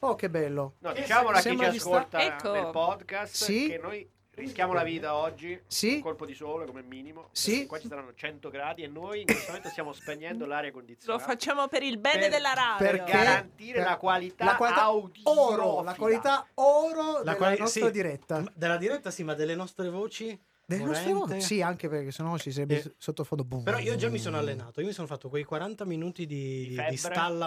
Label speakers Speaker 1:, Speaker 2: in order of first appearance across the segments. Speaker 1: Oh, che bello.
Speaker 2: No, diciamola a chi ci
Speaker 1: Sembra di sta-
Speaker 2: ascolta
Speaker 3: Ecco.
Speaker 2: nel podcast
Speaker 1: Sì.
Speaker 2: che noi rischiamo la vita oggi.
Speaker 1: Sì.
Speaker 2: Un colpo di sole come minimo.
Speaker 1: Sì.
Speaker 2: perché Qua ci saranno 100 gradi e noi in questo momento stiamo spegnendo l'aria
Speaker 3: Lo
Speaker 2: condizionata.
Speaker 3: facciamo per il bene
Speaker 2: Per-
Speaker 3: della radio.
Speaker 2: per garantire
Speaker 1: per-
Speaker 2: la qualità,
Speaker 1: la qualità
Speaker 2: audiofila.
Speaker 1: oro, la qualità oro della
Speaker 4: quali-
Speaker 1: nostra
Speaker 4: sì.
Speaker 1: diretta.
Speaker 4: Ma- Della diretta sì, ma delle nostre voci?
Speaker 1: Delle nostre
Speaker 4: Morente.
Speaker 1: voci? Sì, anche perché sennò ci sarebbe
Speaker 4: Eh.
Speaker 1: s- sottofondo. boom.
Speaker 4: Però io già mi
Speaker 1: Mm.
Speaker 4: sono allenato, io mi sono fatto quei 40 minuti di,
Speaker 2: Di
Speaker 4: di-
Speaker 2: febbre.
Speaker 4: di stalla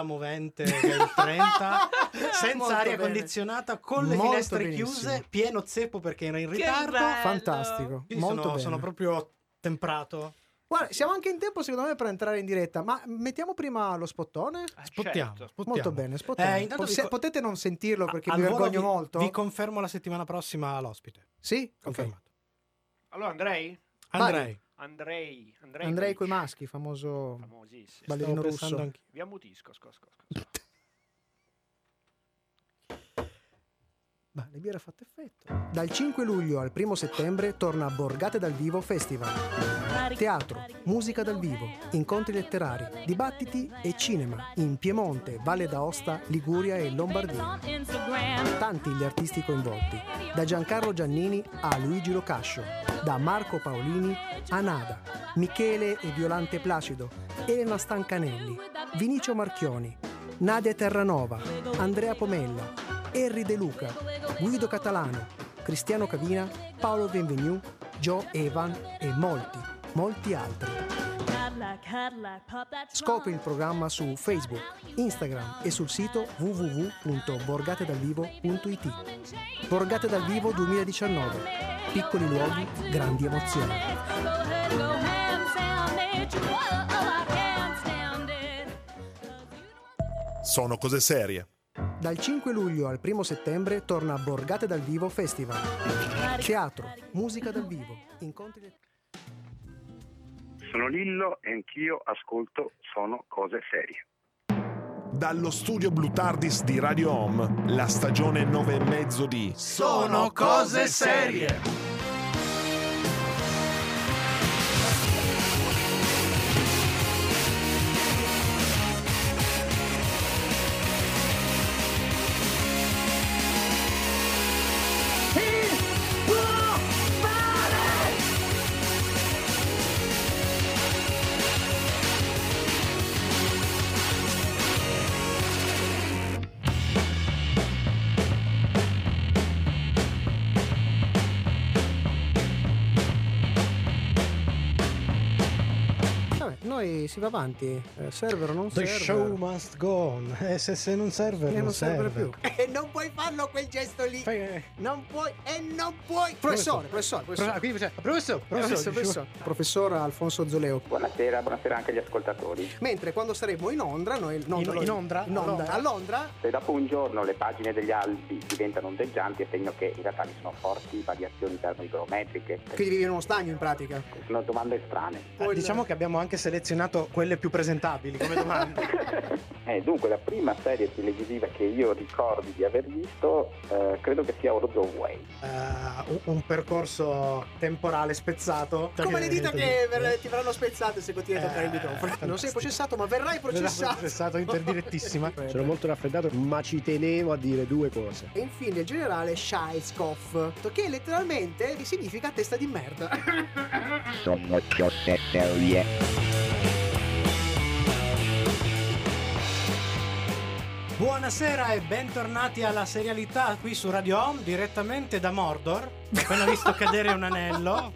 Speaker 4: movente che è il 30, senza
Speaker 1: Molto
Speaker 4: aria
Speaker 1: bene.
Speaker 4: condizionata, con le
Speaker 1: Molto
Speaker 4: finestre
Speaker 1: benissimo.
Speaker 4: chiuse, pieno zeppo perché era in
Speaker 3: Che
Speaker 4: ritardo.
Speaker 3: bello.
Speaker 1: Fantastico.
Speaker 4: Quindi
Speaker 1: Molto
Speaker 4: sono,
Speaker 1: bene.
Speaker 4: sono proprio temprato.
Speaker 2: Ah,
Speaker 1: Guarda, siamo anche in tempo secondo me per entrare in diretta, ma mettiamo prima lo spottone?
Speaker 2: Ah,
Speaker 4: Spottiamo,
Speaker 2: certo.
Speaker 4: spottiamo.
Speaker 1: Molto bene, spottone.
Speaker 4: Eh, intanto
Speaker 1: Po-
Speaker 4: vi
Speaker 1: se-
Speaker 4: co-
Speaker 1: potete non sentirlo perché
Speaker 4: Al
Speaker 1: mi
Speaker 4: volo
Speaker 1: vergogno
Speaker 4: vi-
Speaker 1: molto.
Speaker 4: Vi confermo la settimana prossima l'ospite.
Speaker 1: sì? Ok.
Speaker 4: Confermato.
Speaker 2: Allora Andrei?
Speaker 1: Vai.
Speaker 4: Andrei.
Speaker 2: Andrei. Andrei,
Speaker 1: Andrei coi
Speaker 2: Coric.
Speaker 1: maschi, famoso
Speaker 2: Famosissimo.
Speaker 4: Stavo
Speaker 1: ballerino
Speaker 4: pensando
Speaker 1: russo.
Speaker 4: anch'io.
Speaker 2: Vi ammutisco, sco, sco, sco.
Speaker 1: Ma le birre ha fatto effetto. Dal 5 luglio al 1 settembre torna a Borgate dal Vivo Festival. Teatro, musica dal vivo, incontri letterari, dibattiti e cinema in Piemonte, Valle d'Aosta, Liguria e Lombardia. Tanti gli artisti coinvolti, da Giancarlo Giannini a Luigi Locascio, da Marco Paolini a Nada, Michele e Violante Placido, Elena Stancanelli, Vinicio Marchioni, Nadia Terranova, Andrea Pomella, Henry De Luca, Guido Catalano, Cristiano Cavina, Paolo Benvenu, Joe Evan e molti, molti altri. Scopri il programma su Facebook, Instagram e sul sito www.borgatedalvivo.it. Borgate dal vivo 2019. Piccoli luoghi, grandi emozioni.
Speaker 5: Sono cose serie.
Speaker 1: Dal 5 luglio al 1 settembre torna Borgate dal vivo Festival. Teatro, musica dal vivo, incontri
Speaker 6: Sono Lillo e anch'io ascolto Sono cose serie.
Speaker 5: Dallo studio Blue Tardis di Radio Home, la stagione 9 e mezzo di
Speaker 4: Sono cose serie.
Speaker 1: Vabbè, noi si va avanti. Eh, server o non
Speaker 4: The
Speaker 1: server.
Speaker 4: show must go on. E se, se non serve,
Speaker 1: Eh,
Speaker 4: non,
Speaker 1: non serve più.
Speaker 7: E non puoi farlo quel gesto lì.
Speaker 4: Fai-
Speaker 7: Non puoi e non puoi.
Speaker 1: Professore, professore,
Speaker 4: Pro-
Speaker 1: professore.
Speaker 4: quindi cioè, professor, diciamo,
Speaker 1: Professor,
Speaker 4: professor,
Speaker 1: professor, professor Alfonso Zoleo.
Speaker 8: Buonasera, buonasera anche agli ascoltatori.
Speaker 1: Mentre quando saremo in Londra, noi no,
Speaker 4: In-
Speaker 1: noi-
Speaker 4: in Ondra?
Speaker 1: in onda,
Speaker 4: Allora.
Speaker 1: a Londra,
Speaker 8: Se dopo un giorno le pagine degli albi diventano ondeggianti è segno che in realtà vi sono forti variazioni termoigrometriche.
Speaker 1: quindi vivi in uno stagno in pratica.
Speaker 8: Sono domande strane.
Speaker 4: Ah, Diciamo che abbiamo anche selezionato quelle più presentabili come domande.
Speaker 8: Eh, dunque, la prima serie televisiva che io ricordi di aver visto eh, credo che sia Orzo Way.
Speaker 4: Eh, un- un percorso temporale spezzato.
Speaker 1: Come le dita che ver-
Speaker 4: veramente
Speaker 1: ti verranno spezzate se continui a toccare il
Speaker 4: Eh,
Speaker 1: microfono? Non sei
Speaker 4: fantastico.
Speaker 1: processato, ma verrai processato.
Speaker 4: processato interdirettissima.
Speaker 9: Sono molto raffreddato, ma ci tenevo a dire due cose.
Speaker 1: E infine il generale Scheitskopf, che letteralmente significa testa di merda.
Speaker 7: Sono cose serie.
Speaker 4: Buonasera e bentornati alla serialità qui su Radio Home direttamente da Mordor. Ho appena visto cadere un anello.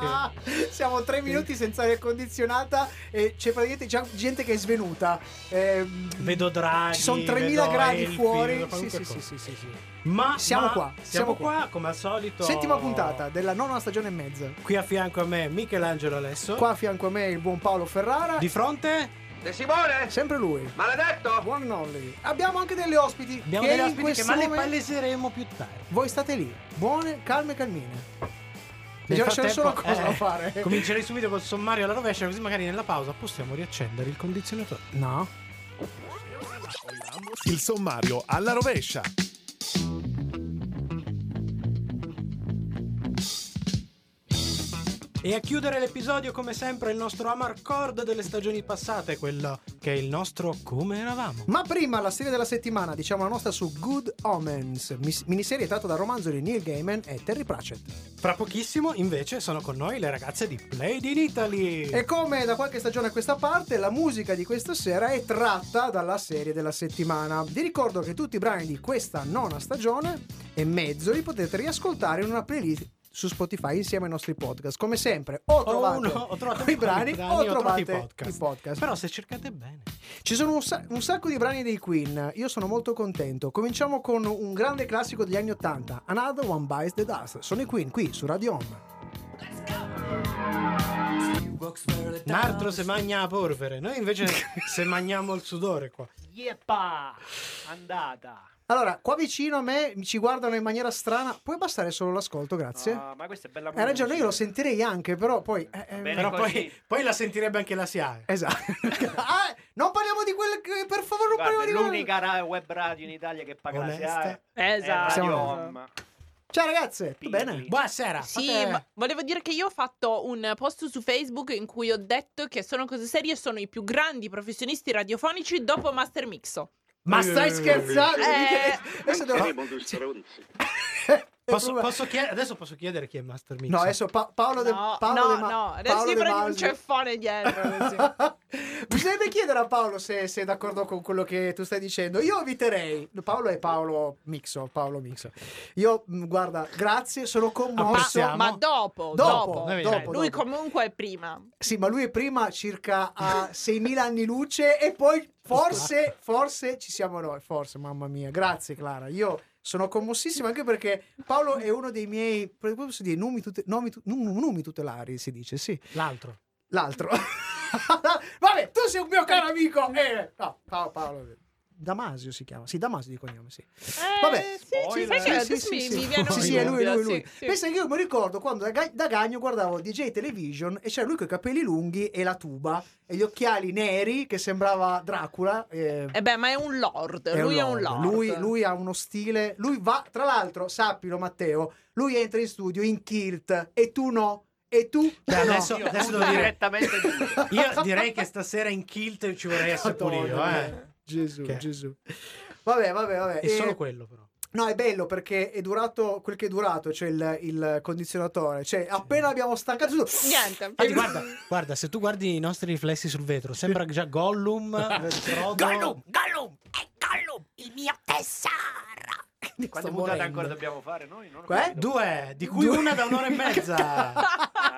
Speaker 1: Siamo tre minuti senza aria condizionata e c'è praticamente già gente che è svenuta. Ehm,
Speaker 4: Vedo draghi.
Speaker 1: Ci sono 3000
Speaker 4: vedo
Speaker 1: gradi
Speaker 4: elfi,
Speaker 1: fuori.
Speaker 4: vedo
Speaker 1: Sì,
Speaker 4: qualunque
Speaker 1: sì, sì,
Speaker 4: cosa.
Speaker 1: sì, sì, sì.
Speaker 4: Ma
Speaker 1: Siamo
Speaker 4: ma-
Speaker 1: qua, siamo
Speaker 4: Siamo qua come al solito.
Speaker 1: Settima puntata della nona stagione e mezza.
Speaker 4: Qui a fianco a me Michelangelo Alesso.
Speaker 1: Qua a fianco a me il buon Paolo Ferrara.
Speaker 4: Di fronte
Speaker 2: De Simone!
Speaker 1: Sempre lui.
Speaker 2: Maledetto!
Speaker 1: Buon Nolli. Abbiamo anche delle ospiti.
Speaker 4: abbiamo
Speaker 1: che
Speaker 4: delle
Speaker 1: in
Speaker 4: ospiti che
Speaker 1: questo
Speaker 4: ma le
Speaker 1: momento-
Speaker 4: paleseremo più tardi.
Speaker 1: Voi state lì, buone, calme, calmine. Bisogna c'è
Speaker 4: frattempo,
Speaker 1: solo una cosa
Speaker 4: eh,
Speaker 1: da fare.
Speaker 4: Comincerei subito col sommario alla rovescia, così magari nella pausa possiamo riaccendere il condizionatore.
Speaker 1: No.
Speaker 5: Il sommario alla rovescia.
Speaker 4: E a chiudere l'episodio, come sempre, il nostro Amarcord delle stagioni passate, quello che è il nostro Come eravamo.
Speaker 1: Ma prima la serie della settimana, diciamo la nostra su Good Omens, mis- miniserie tratta dal romanzo di Neil Gaiman e Terry Pratchett.
Speaker 4: Fra pochissimo, invece, sono con noi le ragazze di Played in Italy.
Speaker 1: E come da qualche stagione a questa parte, la musica di questa sera è tratta dalla serie della settimana. Vi ricordo che tutti i brani di questa nona stagione e mezzo li potete riascoltare in una playlist su Spotify insieme ai nostri podcast. Come sempre, o trovate
Speaker 4: uno- Oh, o trovate
Speaker 1: i brani, o trovate
Speaker 4: i podcast.
Speaker 1: i podcast.
Speaker 4: Però se cercate bene.
Speaker 1: Ci sono un, sa- un sacco di brani dei Queen, io sono molto contento. Cominciamo con un grande classico degli anni 80, Another One Bites the Dust. Sono i Queen qui su Radio Home.
Speaker 4: Nartro se magna la polvere, noi invece se magniamo il sudore qua.
Speaker 2: Yeppa! Andata!
Speaker 1: Allora, qua vicino a me ci guardano in maniera strana. Puoi abbassare solo l'ascolto, grazie?
Speaker 2: Ah, ma questa è bella
Speaker 1: Hai ragione, io lo
Speaker 2: musica.
Speaker 1: sentirei anche, però poi... eh, eh,
Speaker 2: Bene.
Speaker 4: Però
Speaker 2: così.
Speaker 4: poi, poi la sentirebbe anche la SIAE.
Speaker 1: Esatto. Ah, non parliamo di quel... che- Per favore, non
Speaker 2: Guarda,
Speaker 1: parliamo
Speaker 2: è
Speaker 1: di quel...
Speaker 2: l'unica ra- web radio in Italia che paga
Speaker 4: Onesta.
Speaker 2: la SIAE. Eh,
Speaker 3: Esatto.
Speaker 2: È
Speaker 1: Siamo-
Speaker 2: Radio
Speaker 1: Ah,
Speaker 2: Home.
Speaker 1: Ciao ragazze, tutto bene?
Speaker 2: Pigli.
Speaker 4: Buonasera.
Speaker 3: Sì,
Speaker 4: fate-
Speaker 3: ma- volevo dire che io ho fatto un post su Facebook in cui ho detto che sono cose serie, sono i più grandi professionisti radiofonici dopo Master Mixo.
Speaker 1: Ma stai scherzando?
Speaker 3: Eh.
Speaker 1: Adesso devo...
Speaker 4: Posso- posso chied- adesso posso chiedere chi è Master Mix.
Speaker 1: No, adesso Pa- Paolo De
Speaker 3: no,
Speaker 1: Paolo
Speaker 3: no,
Speaker 1: De Ma-
Speaker 3: no, adesso
Speaker 1: Paolo
Speaker 3: si
Speaker 1: De
Speaker 3: prende un
Speaker 1: Masi.
Speaker 3: ceffone dietro. così.
Speaker 1: Bisognerebbe chiedere a Paolo se, se è d'accordo con quello che tu stai dicendo. Io eviterei. Paolo è Paolo Mixo. Paolo Mixo. Io, mh, guarda, grazie, sono commosso.
Speaker 4: Passiamo.
Speaker 3: ma, ma dopo,
Speaker 1: Dopo,
Speaker 3: dopo,
Speaker 4: noi
Speaker 3: Cioè,
Speaker 1: dopo,
Speaker 3: lui
Speaker 1: dopo.
Speaker 3: comunque è prima.
Speaker 1: Sì, ma lui è prima circa a 6.000 anni luce e poi forse, forse ci siamo noi. Forse, mamma mia. Grazie, Clara. Io sono commossissimo anche perché Paolo è uno dei miei, come posso dire, nomi, tute- nomi tu- num- numi tutelari, si dice, sì.
Speaker 4: L'altro.
Speaker 1: L'altro. Vabbè, tu sei un mio caro amico. Eh, no, Paolo, Paolo. Damasio si chiama. Sì, Damasio di cognome, sì. Vabbè.
Speaker 3: Eh, sì, ci- sai che adesso mi, mi viene
Speaker 1: Sì,
Speaker 3: un
Speaker 1: sì, è lui,
Speaker 3: dubbio,
Speaker 1: lui, lui.
Speaker 3: sì, sì.
Speaker 1: Pensa che io mi ricordo quando da, Ga- da Gagno guardavo DJ Television e c'era lui con i capelli lunghi e la tuba e gli occhiali neri che sembrava Dracula. eh,
Speaker 3: Eh beh, ma è un lord,
Speaker 1: è
Speaker 3: lui è un lord.
Speaker 1: Lui, lui ha uno stile. Lui va, tra l'altro, sappilo, Matteo. Lui entra in studio in kilt e tu no. E tu.
Speaker 4: Beh,
Speaker 1: no.
Speaker 4: adesso- adesso devo dire-
Speaker 2: direttamente due.
Speaker 4: Io direi che stasera in kilt ci vorrei essere pure io,
Speaker 1: Madonna
Speaker 4: eh.
Speaker 1: mia. Gesù,
Speaker 4: Che-
Speaker 1: Gesù. Vabbè, vabbè, vabbè.
Speaker 4: È
Speaker 1: E-
Speaker 4: solo quello però.
Speaker 1: No, è bello perché è durato quel che è durato, cioè il, il condizionatore. Cioè, appena abbiamo stancato su-
Speaker 3: Niente.
Speaker 4: Infatti, guarda, guarda, se tu guardi i nostri riflessi sul vetro, sembra già Gollum. eh, Frodo.
Speaker 7: Gollum, è Gollum, il mio tesoro.
Speaker 2: Quante
Speaker 1: Sto
Speaker 2: puntate
Speaker 1: morendo.
Speaker 2: ancora dobbiamo fare noi? Non ho
Speaker 1: Qua-
Speaker 2: capito.
Speaker 4: Due, di cui una da un'ora e mezza.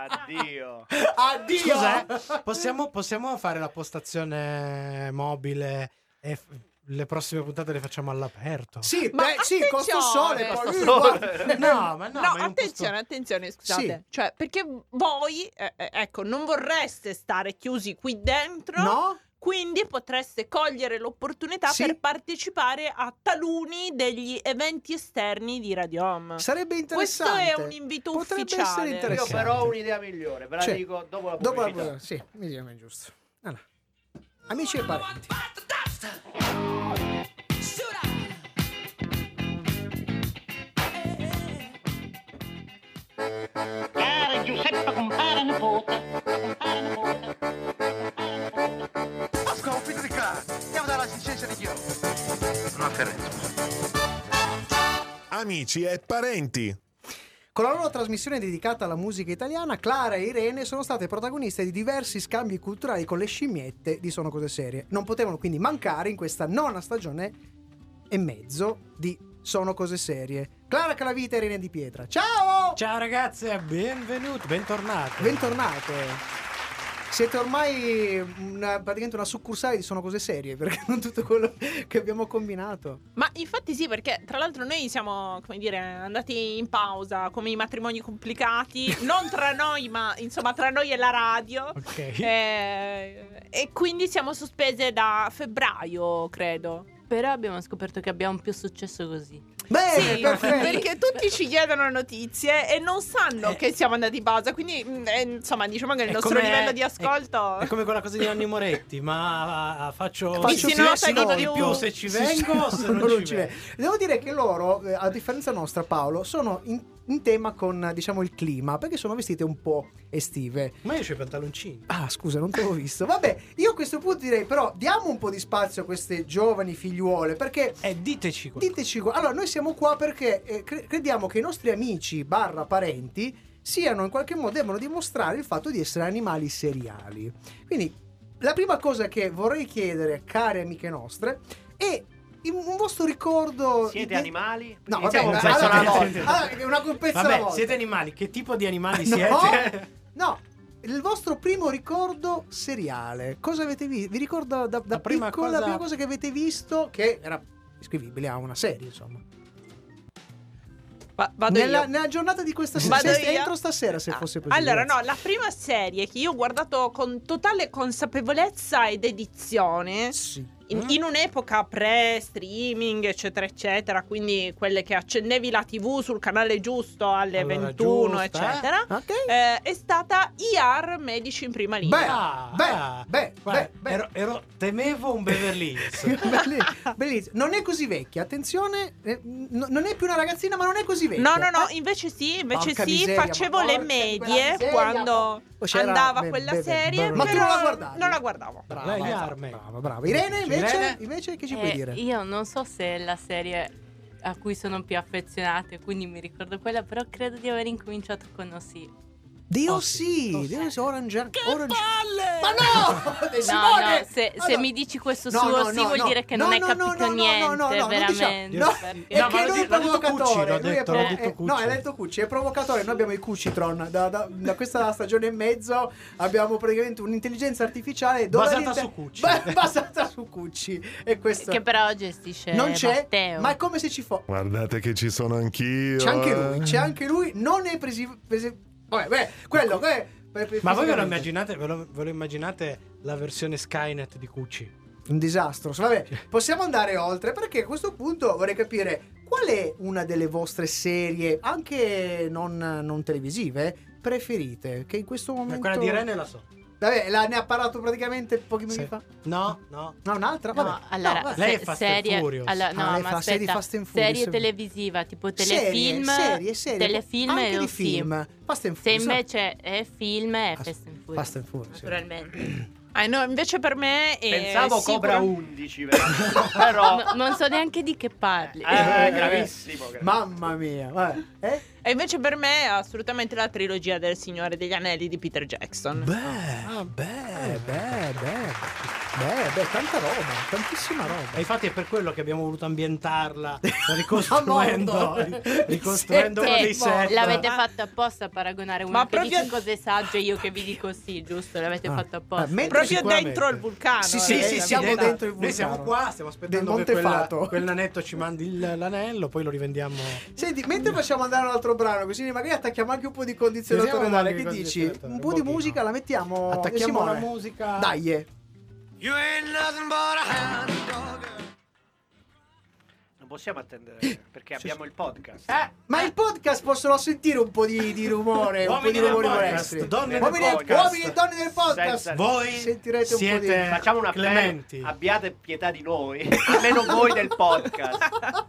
Speaker 2: Addio.
Speaker 1: Addio!
Speaker 4: Scusa, eh, possiamo, possiamo fare la postazione mobile e f- le prossime puntate le facciamo all'aperto?
Speaker 1: Sì,
Speaker 3: Ma
Speaker 1: beh, sì, con sto sole.
Speaker 3: attenzione!
Speaker 1: poi lui guarda-
Speaker 4: No, ma no,
Speaker 3: No,
Speaker 4: ma è un
Speaker 3: attenzione, attenzione, scusate.
Speaker 1: Sì.
Speaker 3: Cioè, perché voi, eh, eh, ecco, non vorreste stare chiusi qui dentro,
Speaker 1: No?
Speaker 3: quindi potreste cogliere l'opportunità
Speaker 1: Sì.
Speaker 3: per partecipare a taluni degli eventi esterni di Radio Home.
Speaker 1: Sarebbe
Speaker 3: Questo
Speaker 1: interessante.
Speaker 3: è un invito
Speaker 1: Potrebbe
Speaker 3: ufficiale.
Speaker 1: essere
Speaker 2: Io
Speaker 1: interessante.
Speaker 2: però ho un'idea migliore, ve la
Speaker 1: Cioè,
Speaker 2: dico dopo la
Speaker 1: Dopo la
Speaker 2: pubblicità.
Speaker 1: Sì, mi sembra giusto. Allora. Amici e parenti.
Speaker 10: Cara Giuseppe compare nipote, compare nipote.
Speaker 7: Ho sconfitto di Clark. Andiamo dalla licenza di Dio.
Speaker 6: No, Ferretto.
Speaker 5: Amici e parenti.
Speaker 1: Con la loro trasmissione dedicata alla musica italiana, Clara e Irene sono state protagoniste di diversi scambi culturali con le scimmiette di Sono Cose Serie. Non potevano quindi mancare in questa nona stagione e mezzo di Sono Cose Serie. Clara Calavita e Irene di Pietra. Ciao!
Speaker 4: posto- Ciao ragazzi, e benvenuti, bentornati.
Speaker 1: Bentornate! Siete ormai una- praticamente una succursale di Sono Cose Serie, perché non tutto quello che abbiamo combinato.
Speaker 3: Ma infatti sì, perché tra l'altro noi siamo, come dire, andati in pausa come i matrimoni complicati, non tra noi, ma insomma tra noi e la radio.
Speaker 4: ok.
Speaker 3: Eh, e quindi siamo sospese da febbraio, credo.
Speaker 10: Però abbiamo scoperto che abbiamo più successo così.
Speaker 1: Bene,
Speaker 3: Sì,
Speaker 1: Eh, perfetto.
Speaker 3: perché tutti ci chiedono notizie e non sanno che siamo andati in pausa, quindi mm, eh, insomma diciamo che il
Speaker 4: Eh. È
Speaker 3: nostro
Speaker 4: come-
Speaker 3: livello di
Speaker 4: è-
Speaker 3: ascolto...
Speaker 4: È, come quella cosa di Nanni Moretti, ma ah, faccio,
Speaker 1: Faccio
Speaker 4: si,
Speaker 1: sì,
Speaker 4: no-
Speaker 1: sì,
Speaker 4: si nota di
Speaker 1: no.
Speaker 4: più se ci
Speaker 1: Sì,
Speaker 4: vengo o
Speaker 1: sì,
Speaker 4: se
Speaker 1: no,
Speaker 4: non, ci, vengo.
Speaker 1: Devo dire che loro, eh, a differenza nostra, Paolo, sono in, in tema con eh, diciamo il clima, perché sono vestite un po' estive.
Speaker 4: Ma io c'ho i pantaloncini.
Speaker 1: Ah, scusa, non te l'ho visto. Vabbè, io a questo punto direi però diamo un po' di spazio a queste giovani figliuole, perché
Speaker 4: E Eh, diteci qua.
Speaker 1: diteci, qua- allora noi siamo qua perché eh, cre- crediamo che i nostri amici barra parenti siano in qualche modo devono dimostrare il fatto di essere animali seriali. Quindi la prima cosa che vorrei chiedere, care amiche nostre, è il- un vostro ricordo
Speaker 2: Siete
Speaker 1: Oh, di-
Speaker 2: animali?
Speaker 1: No, vabbè,
Speaker 2: Iniziamo
Speaker 4: un
Speaker 1: allora,
Speaker 2: con
Speaker 4: pezzo
Speaker 2: questo.
Speaker 1: allora,
Speaker 4: alla volta.
Speaker 1: allora, una un pezzo alla
Speaker 4: Vabbè,
Speaker 1: volta.
Speaker 4: siete animali. Che tipo di animali
Speaker 1: No.
Speaker 4: siete?
Speaker 1: No, il vostro primo ricordo seriale. Cosa avete visto? Vi ricordo da, da
Speaker 4: La prima
Speaker 1: piccola la
Speaker 4: cosa-
Speaker 1: prima cosa che avete visto che era iscrivibile a una serie, insomma.
Speaker 3: Va- vado
Speaker 1: nella,
Speaker 3: io.
Speaker 1: nella giornata di questa sera,
Speaker 3: Vado
Speaker 1: se
Speaker 3: io?
Speaker 1: entro stasera se
Speaker 3: Ah,
Speaker 1: fosse possibile.
Speaker 3: Allora, no, la prima serie che io ho guardato con totale consapevolezza ed edizione
Speaker 1: Sì. Ah.
Speaker 3: in, in un'epoca pre-streaming, eccetera, eccetera, quindi quelle che accendevi la TV sul canale giusto alle
Speaker 4: Allora,
Speaker 3: 21,
Speaker 4: giusta, eh?
Speaker 3: eccetera,
Speaker 1: Ok.
Speaker 3: eh, è stata IR Medici in prima linea.
Speaker 1: Beh,
Speaker 4: Ah,
Speaker 1: beh,
Speaker 4: ah.
Speaker 1: beh,
Speaker 4: Guarda,
Speaker 1: beh, beh.
Speaker 4: Ero, ero- temevo un Beverly Hills.
Speaker 1: Belli- bellissimo. Non è così vecchia, attenzione, eh, n- non è più una ragazzina, ma non è così vecchia.
Speaker 3: No, no, no,
Speaker 1: Eh?
Speaker 3: invece sì, invece
Speaker 1: Porca
Speaker 3: sì,
Speaker 1: miseria,
Speaker 3: facevo
Speaker 1: ma
Speaker 3: le
Speaker 1: porca di quella
Speaker 3: medie
Speaker 1: miseria,
Speaker 3: quando
Speaker 1: ma- C'era-
Speaker 3: andava
Speaker 1: beh,
Speaker 3: quella
Speaker 1: beh, beh,
Speaker 3: serie,
Speaker 1: beh, ma tu
Speaker 3: però
Speaker 1: non la guardavi?
Speaker 3: non la guardavo.
Speaker 1: Brava,
Speaker 4: Lei,
Speaker 1: brava,
Speaker 4: Arme.
Speaker 1: brava, brava. Irene invece,
Speaker 4: Irene?
Speaker 1: invece che ci puoi
Speaker 11: Eh,
Speaker 1: dire?
Speaker 11: Io non so se è la serie a cui sono più affezionata, e quindi mi ricordo quella, però credo di aver incominciato con Ossi.
Speaker 1: Dio
Speaker 4: Oh,
Speaker 1: sì,
Speaker 4: sì. Oh,
Speaker 1: Dio sì, Orange che Orange.
Speaker 7: palle!
Speaker 1: Ma no!
Speaker 11: No,
Speaker 1: Simone!
Speaker 11: no, se,
Speaker 1: Ma
Speaker 11: se
Speaker 1: no.
Speaker 11: mi dici questo
Speaker 1: No,
Speaker 11: su
Speaker 1: no,
Speaker 11: Ossi
Speaker 1: no,
Speaker 11: vuol
Speaker 1: no.
Speaker 11: dire che
Speaker 1: No,
Speaker 11: non hai
Speaker 1: no,
Speaker 11: capito
Speaker 1: no, no, no,
Speaker 11: niente,
Speaker 1: no, no, non
Speaker 11: veramente.
Speaker 1: diciamo- no,
Speaker 11: perché-
Speaker 1: È
Speaker 4: No, ma
Speaker 1: che lui
Speaker 4: l'ho
Speaker 1: è
Speaker 4: detto- l'ha detto Cucci,
Speaker 1: provocatore,
Speaker 4: l'ho
Speaker 1: lui è
Speaker 4: detto,
Speaker 1: provo-
Speaker 11: l'ho
Speaker 4: detto
Speaker 1: eh,
Speaker 4: Cucci.
Speaker 1: No, hai detto Cucci, è provocatore, noi abbiamo il Cucitron, da, da, da questa stagione e mezzo abbiamo praticamente un'intelligenza artificiale
Speaker 4: Basata
Speaker 1: dolarinte-
Speaker 4: su Cucci.
Speaker 1: ba- basata su Cucci e questo
Speaker 11: Che però gestisce
Speaker 1: non c'è,
Speaker 11: Matteo.
Speaker 1: ma è come se ci fosse.
Speaker 5: Guardate che ci sono anch'io.
Speaker 1: C'è anche
Speaker 5: eh.
Speaker 1: lui, c'è anche lui, non è presi... presi- vabbè, beh, quello, eh, per- per-
Speaker 4: Ma voi ve
Speaker 1: fisicamente.
Speaker 4: lo immaginate, ve lo, ve lo immaginate la versione Skynet di Cucci?
Speaker 1: Un disastro. Vabbè, possiamo andare oltre perché a questo punto vorrei capire qual è una delle vostre serie, anche non, non televisive, preferite? Che in questo momento.
Speaker 4: Quella di Irene la so.
Speaker 1: Vabbè, la- ne ha parlato praticamente pochi minuti
Speaker 4: Sì.
Speaker 1: fa.
Speaker 4: No, no.
Speaker 1: No, un'altra?
Speaker 11: No,
Speaker 1: Vabbè.
Speaker 11: allora,
Speaker 1: No, vabbè.
Speaker 4: Lei
Speaker 11: se-
Speaker 4: è Fast and
Speaker 11: serie,
Speaker 4: Furious.
Speaker 11: allora, no,
Speaker 1: Ah, lei
Speaker 11: ma
Speaker 1: fa- serie di
Speaker 11: aspetta,
Speaker 1: Fast and Furious.
Speaker 11: serie televisiva, tipo
Speaker 1: Serie,
Speaker 11: telefilm,
Speaker 1: serie, serie.
Speaker 11: telefilm
Speaker 1: anche
Speaker 11: e
Speaker 1: di
Speaker 11: Ossi.
Speaker 1: film. Fast and
Speaker 11: Se
Speaker 1: Furious.
Speaker 11: invece è film, è
Speaker 1: Ah,
Speaker 11: Fast and Furious.
Speaker 1: Fast and Furious. sì.
Speaker 11: Naturalmente.
Speaker 3: Ah, no, invece per me
Speaker 1: Eh,
Speaker 3: è
Speaker 2: Pensavo Cobra
Speaker 3: sicura-
Speaker 2: 11, veramente. però...
Speaker 11: No, non so neanche di che parli.
Speaker 2: Eh, gravissimo. gravissimo.
Speaker 1: Mamma mia, vabbè. Eh?
Speaker 3: E invece per me è assolutamente la trilogia del Signore degli Anelli di Peter Jackson.
Speaker 1: Beh, beh, beh, beh. Ah. Beh, beh, tanta roba, tantissima roba.
Speaker 4: E infatti è per quello che abbiamo voluto ambientarla cioè
Speaker 1: A
Speaker 4: ricostruendo,
Speaker 1: mondo.
Speaker 4: ricostruendo
Speaker 1: Sette
Speaker 4: dei
Speaker 11: Eh,
Speaker 4: set.
Speaker 11: l'avete fatto apposta a paragonare una
Speaker 3: Ma
Speaker 11: che
Speaker 3: proprio-
Speaker 11: dice cose sagge e io che vi dico sì, giusto? L'avete
Speaker 1: Ah,
Speaker 11: fatto
Speaker 1: ah,
Speaker 11: apposta.
Speaker 1: mentre-
Speaker 3: Proprio
Speaker 1: sicuramente.
Speaker 3: dentro il vulcano.
Speaker 1: Sì,
Speaker 3: eh,
Speaker 1: sì,
Speaker 4: Sì,
Speaker 1: Eh,
Speaker 4: sì, sì,
Speaker 1: siamo
Speaker 4: dentro-
Speaker 1: dentro il vulcano.
Speaker 4: Noi siamo qua, stiamo aspettando
Speaker 1: Del
Speaker 4: che quella,
Speaker 1: Montefato.
Speaker 4: quel nanetto ci mandi il- l'anello, poi lo rivendiamo.
Speaker 1: Senti, mentre facciamo andare un altro brano, così magari attacchiamo anche un po' di condizionatore
Speaker 4: Vediamo
Speaker 1: orale.
Speaker 4: anche
Speaker 1: Che
Speaker 4: il
Speaker 1: dici?
Speaker 4: condizionatore,
Speaker 1: Un
Speaker 4: un
Speaker 1: po' di
Speaker 4: pochino.
Speaker 1: musica la mettiamo.
Speaker 4: Attacchiamo eh.
Speaker 1: Simone.
Speaker 4: la musica.
Speaker 1: Dai. eh.
Speaker 2: Non possiamo attendere,
Speaker 1: Eh,
Speaker 2: perché abbiamo il podcast.
Speaker 4: Eh.
Speaker 1: Ma il podcast possono sentire un po' di, di rumore, un po' di
Speaker 4: Uomini del
Speaker 1: rumori
Speaker 4: podcast,
Speaker 1: molesti.
Speaker 4: donne del
Speaker 1: Uomini del-
Speaker 4: podcast.
Speaker 1: uomini e donne del podcast.
Speaker 2: Senza-
Speaker 4: Voi
Speaker 1: Sentirete un po' di-
Speaker 4: siete
Speaker 2: Facciamo una
Speaker 4: Clementi.
Speaker 2: appello, abbiate pietà di noi, almeno voi del podcast.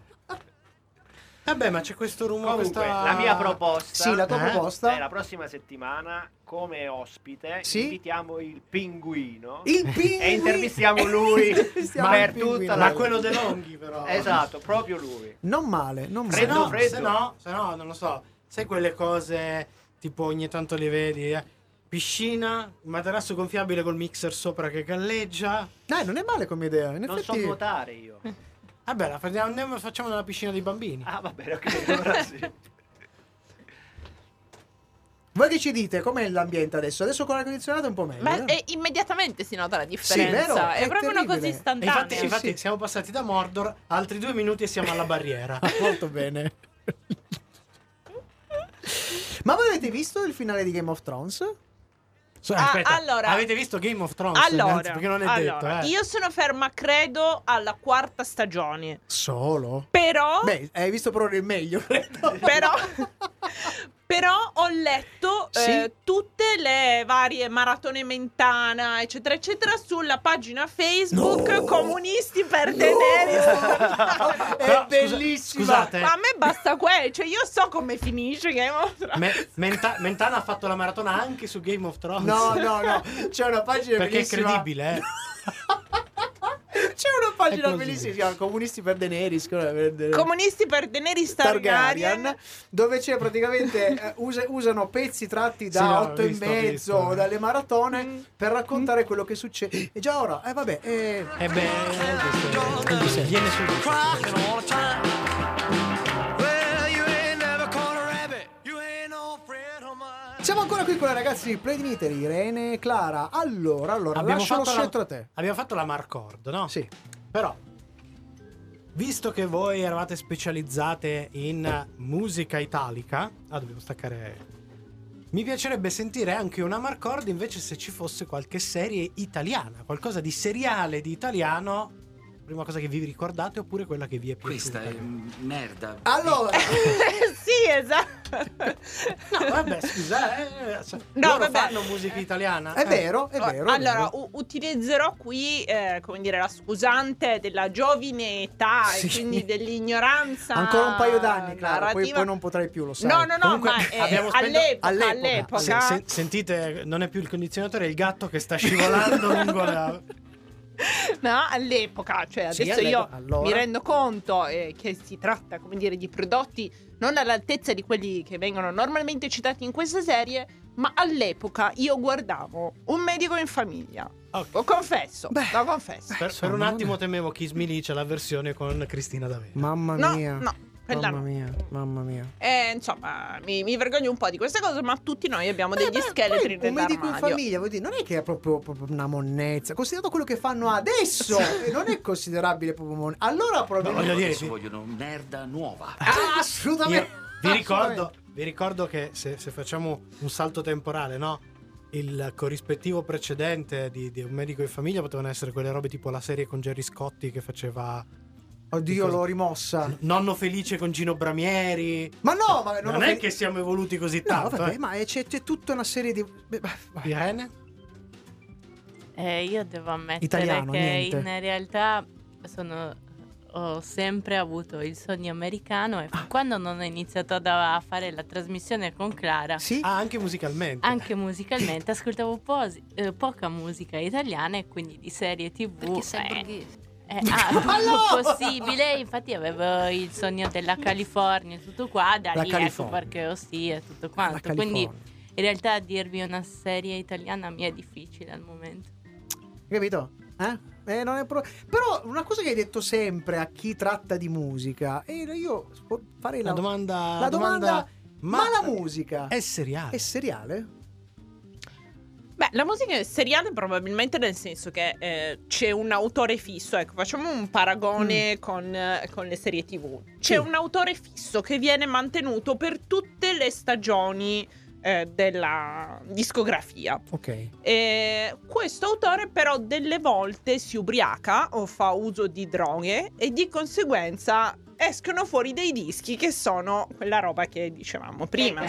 Speaker 4: Vabbè, ma c'è questo rumore.
Speaker 2: Comunque,
Speaker 4: questa-
Speaker 2: la mia proposta
Speaker 1: Sì, la tua
Speaker 4: Eh?
Speaker 1: proposta.
Speaker 2: è la prossima settimana, come ospite,
Speaker 1: Sì?
Speaker 2: invitiamo il pinguino
Speaker 1: Il pinguino.
Speaker 2: e intervistiamo lui
Speaker 1: Intervistiamo il
Speaker 2: per
Speaker 1: pinguino.
Speaker 2: tutta la...
Speaker 4: Ma quello De Longhi, però.
Speaker 2: Esatto, proprio lui.
Speaker 1: Non male, non male.
Speaker 4: Se no,
Speaker 2: Freddo,
Speaker 4: se
Speaker 2: freddo.
Speaker 4: no, se no, non lo so. Sai quelle cose tipo ogni tanto le vedi? eh? Piscina, un materasso gonfiabile col mixer sopra che galleggia.
Speaker 1: Dai, non è male come idea. In
Speaker 2: Non so
Speaker 1: effetti,
Speaker 2: nuotare io.
Speaker 4: Vabbè, la prendiamo, andiamo e facciamo nella piscina dei bambini.
Speaker 2: Ah, va bene, ok, allora sì.
Speaker 1: voi che ci dite? Com'è l'ambiente adesso? Adesso con la condizionata è un po' meglio. eh.
Speaker 3: Ma
Speaker 1: no?
Speaker 3: è- immediatamente si nota la differenza.
Speaker 1: vero,
Speaker 3: è,
Speaker 1: è
Speaker 3: proprio una cosa
Speaker 1: terribile.
Speaker 4: E
Speaker 3: istantanea.
Speaker 4: infatti, infatti
Speaker 1: sì.
Speaker 4: siamo passati da Mordor, altri due minuti e siamo alla barriera.
Speaker 1: Ah, Molto bene. Ma voi avete visto il finale di Game of Thrones?
Speaker 4: So,
Speaker 3: Ah,
Speaker 4: aspetta,
Speaker 3: allora-
Speaker 4: avete visto Game of Thrones? Innanzi-
Speaker 3: Allora,
Speaker 4: perché non è
Speaker 3: allora,
Speaker 4: detto, eh.
Speaker 3: io sono ferma, credo, alla quarta stagione.
Speaker 1: Solo?
Speaker 3: Però,
Speaker 1: Beh, hai visto però il meglio, credo.
Speaker 3: però, però ho letto
Speaker 1: Sì.
Speaker 3: eh, tutte le varie maratone mentana, eccetera, eccetera, sulla pagina Facebook Comunisti per tenere.
Speaker 4: Però, scusa-
Speaker 1: bellissima.
Speaker 4: Scusate,
Speaker 3: Ma a me basta quello, cioè io so come finisce Game of Thrones.
Speaker 4: Me- Menta- Mentana ha fatto la maratona anche su Game of Thrones.
Speaker 1: No, no, no, c'è una pagina
Speaker 4: Perché è
Speaker 1: bellissima.
Speaker 4: credibile, eh.
Speaker 1: C'è una pagina
Speaker 4: È così.
Speaker 1: bellissima, si chiama Comunisti per Daenerys, come- per De-
Speaker 3: Comunisti per Daenerys
Speaker 1: Targaryen,
Speaker 3: Targaryen.
Speaker 1: dove c'è praticamente eh, usa- usano pezzi tratti
Speaker 4: Sì,
Speaker 1: da
Speaker 4: no,
Speaker 1: otto
Speaker 4: ho
Speaker 1: e
Speaker 4: visto, ho
Speaker 1: mezzo
Speaker 4: visto.
Speaker 1: dalle
Speaker 3: Mm.
Speaker 1: maratone per raccontare quello che succede. E già ora, eh vabbè, eh,
Speaker 4: E beh, questo è- viene subito.
Speaker 1: siamo ancora qui con i ragazzi di Play Dimitri, Irene e Clara. Allora, allora, lascio lo
Speaker 4: fatto la-
Speaker 1: scettro a te.
Speaker 4: abbiamo fatto la Marcord, no?
Speaker 1: Sì.
Speaker 4: Però, visto che voi eravate specializzate in musica italica, ah, dobbiamo staccare. Mi piacerebbe sentire anche una Marcord invece se ci fosse qualche serie italiana, qualcosa di seriale di italiano, prima cosa che vi ricordate oppure quella che vi è piaciuta.
Speaker 12: Questa è mm, merda.
Speaker 1: Allora,
Speaker 4: Eh.
Speaker 3: sì, esatto.
Speaker 4: No, Ah, vabbè, scusa, eh, cioè,
Speaker 3: No,
Speaker 4: loro
Speaker 3: vabbè.
Speaker 4: fanno musica italiana.
Speaker 1: è
Speaker 4: eh.
Speaker 1: vero, è vero. è
Speaker 3: allora,
Speaker 1: vero.
Speaker 3: u- utilizzerò qui, eh, come dire, la scusante della giovine età
Speaker 1: Sì.
Speaker 3: e quindi dell'ignoranza.
Speaker 1: ancora un paio d'anni, Clara, poi,
Speaker 3: narrativa.
Speaker 1: poi non potrai più, lo sai.
Speaker 3: No, no, no,
Speaker 4: Comunque,
Speaker 3: ma eh,
Speaker 4: abbiamo spento-
Speaker 3: all'epoca,
Speaker 1: all'epoca.
Speaker 3: all'epoca.
Speaker 4: Se- se- sentite, non è più il condizionatore, è il gatto che sta scivolando lungo la...
Speaker 3: No, all'epoca, cioè
Speaker 1: Sì,
Speaker 3: adesso
Speaker 1: all'epoca,
Speaker 3: io
Speaker 1: allora.
Speaker 3: mi rendo conto eh, che si tratta, come dire, di prodotti non all'altezza di quelli che vengono normalmente citati in questa serie, ma all'epoca io guardavo Un medico in famiglia.
Speaker 4: Ok.
Speaker 3: Lo confesso,
Speaker 1: Beh.
Speaker 3: lo confesso.
Speaker 1: Eh,
Speaker 4: Per, per un attimo temevo Kiss Me Lee, c'è la versione con Cristina D'Avena.
Speaker 1: Mamma
Speaker 3: No,
Speaker 1: mia.
Speaker 3: no, quella
Speaker 1: Mamma
Speaker 3: no.
Speaker 1: mia, mamma mia.
Speaker 3: Eh, insomma, mi, mi vergogno un po' di questa cosa, ma tutti noi abbiamo degli
Speaker 1: Eh, beh,
Speaker 3: scheletri
Speaker 1: poi un medico in
Speaker 3: nell'armadio.
Speaker 1: famiglia vuol dire non è che è proprio, proprio una monnezza considerato quello che fanno adesso eh, non è considerabile proprio mon- allora probabilmente
Speaker 4: voglio dire,
Speaker 12: Adesso
Speaker 4: vi-
Speaker 12: vogliono merda
Speaker 13: Eh.
Speaker 12: nuova.
Speaker 1: Ah,
Speaker 4: Io
Speaker 1: assolutamente Ah,
Speaker 4: vi, ricordo,
Speaker 1: assolutamente.
Speaker 4: vi ricordo che se, se facciamo un salto temporale, no? Il corrispettivo precedente di, di un medico in famiglia potevano essere quelle robe tipo la serie con Jerry Scotti che faceva
Speaker 1: oddio l'ho rimossa
Speaker 4: Nonno Felice con Gino Bramieri.
Speaker 1: ma no ma
Speaker 4: Non,
Speaker 1: ho
Speaker 4: è
Speaker 1: fe-
Speaker 4: che siamo evoluti così
Speaker 1: no
Speaker 4: tanto.
Speaker 1: vabbè
Speaker 4: eh.
Speaker 1: ma è- c'è, c'è tutta una serie di beh, beh, beh.
Speaker 4: Irene?
Speaker 11: Eh, io devo ammettere
Speaker 1: Italiano,
Speaker 11: che
Speaker 1: niente.
Speaker 11: in realtà sono- ho sempre avuto il sogno americano e
Speaker 1: Ah.
Speaker 11: fin quando non ho iniziato ad- a fare la trasmissione con Clara,
Speaker 1: sì
Speaker 4: Ah, anche musicalmente.
Speaker 11: anche musicalmente ascoltavo posi- eh, poca musica italiana e quindi di serie tv. eh, eh, ah, tutto possibile, infatti avevo il sogno della California e tutto qua, da
Speaker 1: La
Speaker 11: lì
Speaker 1: California.
Speaker 11: ecco perché sì e tutto
Speaker 1: la
Speaker 11: quanto. Quindi
Speaker 1: California
Speaker 11: in realtà dirvi una serie italiana mi è difficile al momento.
Speaker 1: capito eh? Eh, non è pro- però una cosa che hai detto sempre a chi tratta di musica e io spo- farei la,
Speaker 4: La domanda...
Speaker 1: la domanda, ma, la
Speaker 4: musica
Speaker 1: musica
Speaker 4: È seriale.
Speaker 1: è seriale?
Speaker 3: Beh, la musica è seriale probabilmente nel senso che eh, c'è un autore fisso, ecco, facciamo un paragone con, eh, con le serie tv. C'è
Speaker 1: Sì.
Speaker 3: un autore fisso che viene mantenuto per tutte le stagioni eh, della discografia.
Speaker 1: Ok.
Speaker 3: E questo autore però delle volte si ubriaca o fa uso di droghe e di conseguenza escono fuori dei dischi che sono quella roba che dicevamo prima.
Speaker 12: Eh,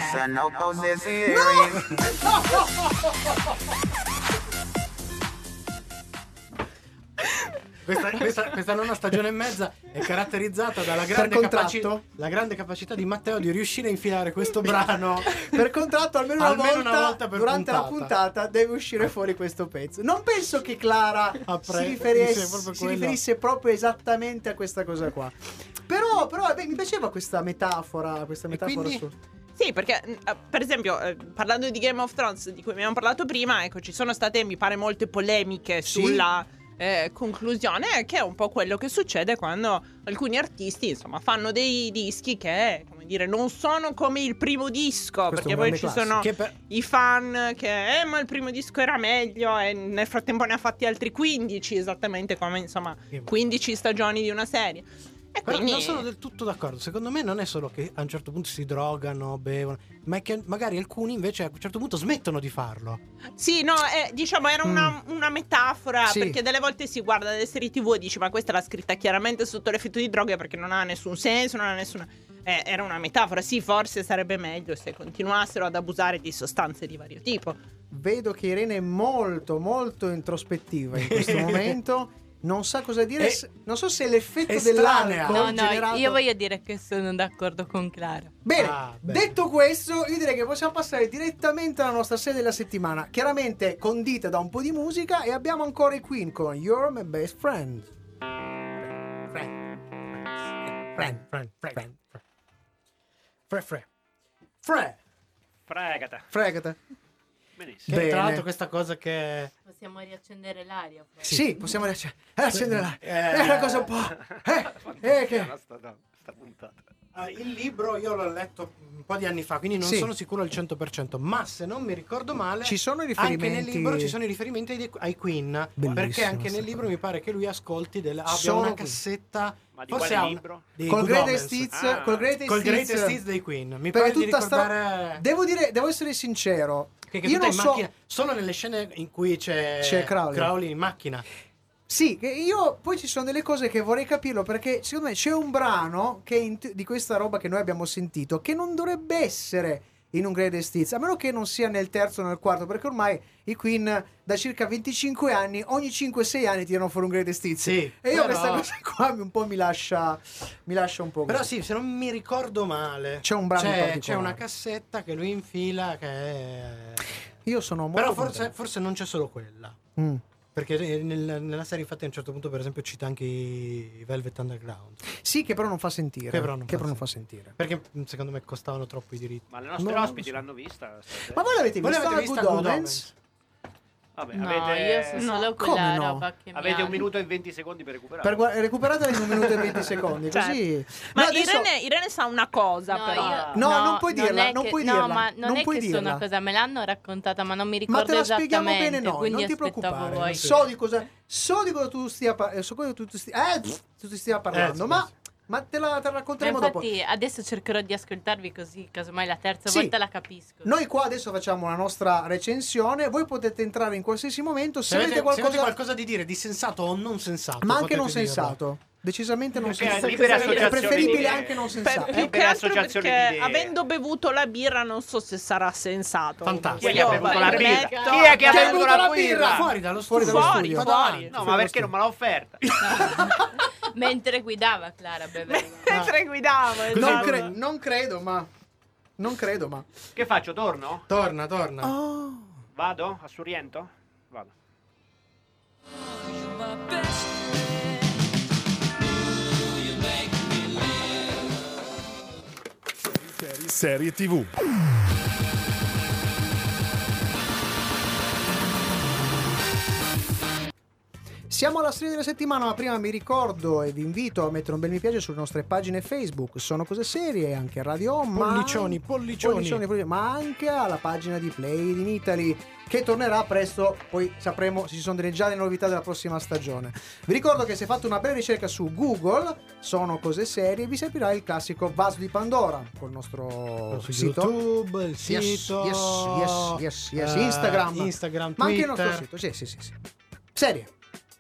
Speaker 4: Questa, questa- questa nona stagione e mezza è caratterizzata dalla grande,
Speaker 1: contratto?
Speaker 4: capaci- la grande capacità di Matteo di riuscire a infilare questo brano.
Speaker 1: per contratto almeno una
Speaker 4: Almeno
Speaker 1: volta,
Speaker 4: una volta per
Speaker 1: durante la
Speaker 4: puntata.
Speaker 1: puntata deve uscire fuori questo pezzo non penso che Clara
Speaker 4: Ah,
Speaker 1: si,
Speaker 4: pre-
Speaker 1: riferisse-
Speaker 4: dice proprio
Speaker 1: si
Speaker 4: quello.
Speaker 1: riferisse proprio esattamente a questa cosa qua però, però eh, beh, mi piaceva questa metafora questa
Speaker 4: E
Speaker 1: metafora
Speaker 4: quindi?
Speaker 1: su-
Speaker 3: Sì, perché mh, eh, per esempio, eh, parlando di Game of Thrones, di cui abbiamo parlato prima, ecco, ci sono state, mi pare, molte polemiche
Speaker 1: Sì.
Speaker 3: sulla eh, conclusione, che è un po' quello che succede quando alcuni artisti, insomma, fanno dei dischi che, come dire, non sono come il primo disco,
Speaker 1: Questo è
Speaker 3: perché
Speaker 1: un
Speaker 3: poi ci
Speaker 1: grande
Speaker 3: sono
Speaker 4: Che per-
Speaker 3: i fan che, eh, ma il primo disco era meglio e nel frattempo ne ha fatti altri 15, esattamente come, insomma, 15 stagioni di una serie.
Speaker 4: Però
Speaker 3: quindi-
Speaker 4: non sono del tutto d'accordo. Secondo me non è solo che a un certo punto si drogano, bevono, ma è che magari alcuni invece a un certo punto smettono di farlo.
Speaker 3: Sì, no, eh, diciamo era una, una metafora
Speaker 4: Mm. Sì.
Speaker 3: perché delle volte si guarda delle serie tv e dici ma questa l'ha scritta chiaramente sotto l'effetto di droghe perché non ha nessun senso, non ha nessuna... Eh, era una metafora, sì, forse sarebbe meglio se continuassero ad abusare di sostanze di vario tipo.
Speaker 1: Vedo che Irene è molto, molto introspettiva in questo momento. Non sa cosa dire,
Speaker 11: È-
Speaker 1: se- non so se è l'effetto
Speaker 11: Estranea.
Speaker 1: dell'alcol
Speaker 11: No, no,
Speaker 1: generato-
Speaker 11: io voglio dire che sono d'accordo con Clara.
Speaker 1: Bene,
Speaker 4: Ah,
Speaker 1: detto questo, io direi che possiamo passare direttamente alla nostra serie della settimana. Chiaramente condita da un po' di musica e abbiamo ancora i Queen con You're My Best Friend. Friend, friend, friend. Fre, fre. Fre.
Speaker 2: Fregata.
Speaker 1: Fregata.
Speaker 2: Benissimo.
Speaker 4: Che,
Speaker 1: Bene.
Speaker 4: tra l'altro questa cosa che...
Speaker 11: Possiamo riaccendere l'aria. poi.
Speaker 1: Sì, possiamo riacc- riaccendere là.
Speaker 4: Eh.
Speaker 1: È una cosa un po'... Eh, eh, che...
Speaker 2: Sta, sta puntata.
Speaker 4: Ah, il libro io l'ho letto un po' di anni fa, quindi non
Speaker 1: Sì.
Speaker 4: sono sicuro al 100%, ma se non mi ricordo male...
Speaker 1: Ci sono i
Speaker 4: Anche nel
Speaker 1: riferimenti-
Speaker 4: libro ci sono i riferimenti ai, ai Queen,
Speaker 1: Bellissimo,
Speaker 4: perché anche
Speaker 1: sta
Speaker 4: nel libro mi pare che lui ascolti del, abbia
Speaker 1: Sono
Speaker 4: una
Speaker 1: qui.
Speaker 4: cassetta...
Speaker 2: Ma di
Speaker 4: forse
Speaker 2: quale
Speaker 4: ha un-
Speaker 2: libro?
Speaker 4: di
Speaker 1: Col
Speaker 4: Good
Speaker 1: Greatest
Speaker 4: Omens.
Speaker 1: Hits, col Greatest
Speaker 4: Col
Speaker 1: Hits-
Speaker 4: Greatest Hits dei Queen. Mi
Speaker 1: Perché
Speaker 4: pare di
Speaker 1: tutta sta-
Speaker 4: ricordare...
Speaker 1: Devo dire, devo essere sincero.
Speaker 4: eh, Che, che
Speaker 1: io
Speaker 4: tutta
Speaker 1: non
Speaker 4: in
Speaker 1: so...
Speaker 4: macchina- solo nelle scene in cui c'è,
Speaker 1: C'è Crowley.
Speaker 4: in macchina.
Speaker 1: Sì, che io poi ci sono delle cose che vorrei capirlo perché secondo me c'è un brano che in te- di questa roba che noi abbiamo sentito che non dovrebbe essere in un Greatest Hits, a meno che non sia nel terzo o nel quarto, perché ormai i Queen da circa 25 anni, ogni 5-6 anni tirano fuori un Greatest Hits.
Speaker 4: Sì,
Speaker 1: e io
Speaker 4: però-
Speaker 1: questa cosa qua mi- un po' mi lascia, mi lascia un po'...
Speaker 4: Però
Speaker 1: così.
Speaker 4: sì, se non mi ricordo male,
Speaker 1: C'è un brano in
Speaker 4: c'è,
Speaker 1: particolare.
Speaker 4: c'è una cassetta che lui infila che è...
Speaker 1: Io sono molto...
Speaker 4: Però forse,
Speaker 1: contento.
Speaker 4: forse non c'è solo quella.
Speaker 1: Mm.
Speaker 4: Perché eh, nel- nella serie, infatti, a un certo punto, per esempio, cita anche i Velvet Underground.
Speaker 1: Sì, che però non fa sentire.
Speaker 4: Che però non fa
Speaker 1: sentire.
Speaker 4: Perché mh, secondo me costavano troppo i diritti.
Speaker 2: Ma le nostre
Speaker 4: No,
Speaker 2: ospiti
Speaker 4: non
Speaker 2: l'hanno vista? stasera?
Speaker 1: Ma voi l'avete
Speaker 4: Voi
Speaker 1: visto
Speaker 4: l'avete
Speaker 1: la
Speaker 4: vista
Speaker 1: Good
Speaker 4: Good
Speaker 1: Omens?
Speaker 2: Vabbè,
Speaker 11: No, io
Speaker 2: avete...
Speaker 11: so solo
Speaker 1: come
Speaker 11: quella
Speaker 1: no?
Speaker 11: roba che mi
Speaker 2: avete
Speaker 11: ha-
Speaker 2: un minuto e 20 secondi per recuperare.
Speaker 1: Per gua- recuperatela in un minuto e 20 secondi,
Speaker 3: Certo.
Speaker 1: così...
Speaker 3: Ma
Speaker 1: No, adesso-
Speaker 3: Irene, Irene sa una cosa
Speaker 11: No,
Speaker 3: però.
Speaker 11: io-
Speaker 1: No, non puoi dirla,
Speaker 11: è
Speaker 1: non
Speaker 11: che-
Speaker 1: puoi
Speaker 11: no,
Speaker 1: dirla,
Speaker 11: ma non,
Speaker 1: non
Speaker 11: è
Speaker 1: puoi
Speaker 11: che sono
Speaker 1: dirla.
Speaker 11: una cosa, me l'hanno raccontata, ma non mi
Speaker 1: Ma
Speaker 11: ricordo
Speaker 1: te la spieghiamo
Speaker 11: esattamente.
Speaker 1: bene noi, non
Speaker 11: quindi
Speaker 1: ti
Speaker 11: aspettavo
Speaker 1: preoccupare.
Speaker 11: voi.
Speaker 1: So di cosa, so di cosa tu stia, par- eh, so cosa tu, tu stia- eh, tu ti stia parlando,
Speaker 4: Eh,
Speaker 1: ma, ma te la, te la
Speaker 11: Ma
Speaker 1: racconteremo dopo.
Speaker 11: infatti adesso cercherò di ascoltarvi così, casomai la terza
Speaker 1: Sì.
Speaker 11: volta la capisco.
Speaker 1: Noi qua adesso facciamo la nostra recensione, voi potete entrare in qualsiasi momento se,
Speaker 4: Se avete,
Speaker 1: avete
Speaker 4: se avete
Speaker 1: qualcosa,
Speaker 4: qualcosa di dire, di sensato o non sensato,
Speaker 1: ma anche
Speaker 4: potete
Speaker 1: non
Speaker 4: dirlo.
Speaker 1: sensato, decisamente non
Speaker 2: Ok,
Speaker 1: sensato.
Speaker 2: libera
Speaker 1: È
Speaker 2: associazione di
Speaker 1: preferibile
Speaker 2: idee.
Speaker 1: anche non
Speaker 3: Per-
Speaker 1: sensato.
Speaker 3: più
Speaker 1: eh?
Speaker 3: che
Speaker 2: per
Speaker 3: altro
Speaker 2: associazione
Speaker 3: perché
Speaker 2: di idee.
Speaker 3: avendo bevuto la birra non so se sarà sensato.
Speaker 4: Fantastico.
Speaker 2: Chi è che ha
Speaker 3: Io
Speaker 2: bevuto la birra?
Speaker 3: permetto-
Speaker 2: Chi è
Speaker 11: cioè,
Speaker 2: che ha
Speaker 3: Cioè,
Speaker 1: Chi ha
Speaker 2: bevuto
Speaker 1: bevuto
Speaker 2: la
Speaker 1: la birra?
Speaker 2: birra?
Speaker 4: Fuori dallo
Speaker 1: Fuori
Speaker 4: studio.
Speaker 1: dallo
Speaker 3: Fuori,
Speaker 1: studio.
Speaker 3: fuori.
Speaker 2: No, ma perché non me l'ha offerta?
Speaker 11: Cioè, Mentre guidava Clara beveva.
Speaker 3: Mentre guidavo,
Speaker 1: Non,
Speaker 3: esatto.
Speaker 1: cre- non credo, ma non credo, ma
Speaker 2: Che faccio? Torno?
Speaker 4: Torna, torna.
Speaker 1: Oh,
Speaker 2: Vado? A Suriento? Vado.
Speaker 5: Serie TV.
Speaker 1: Siamo alla serie della settimana, ma prima mi ricordo e vi invito a mettere un bel mi piace sulle nostre pagine Facebook, sono cose serie, anche Radio Home, ma-
Speaker 4: Pollicioni, pollicioni.
Speaker 1: pollicioni, pollicioni, ma anche alla pagina di Play in Italy che tornerà presto, poi sapremo se ci sono delle già le novità della prossima stagione. Vi ricordo che se fate una breve ricerca su Google, sono cose serie, vi servirà il classico vaso di Pandora col nostro
Speaker 4: Su
Speaker 1: sito.
Speaker 4: YouTube, il
Speaker 1: Yes,
Speaker 4: sito.
Speaker 1: yes, yes, yes, yes.
Speaker 4: eh,
Speaker 1: Instagram.
Speaker 4: Instagram,
Speaker 1: Ma anche il
Speaker 4: Twitter.
Speaker 1: nostro sito, sì, sì, sì. sì. Serie.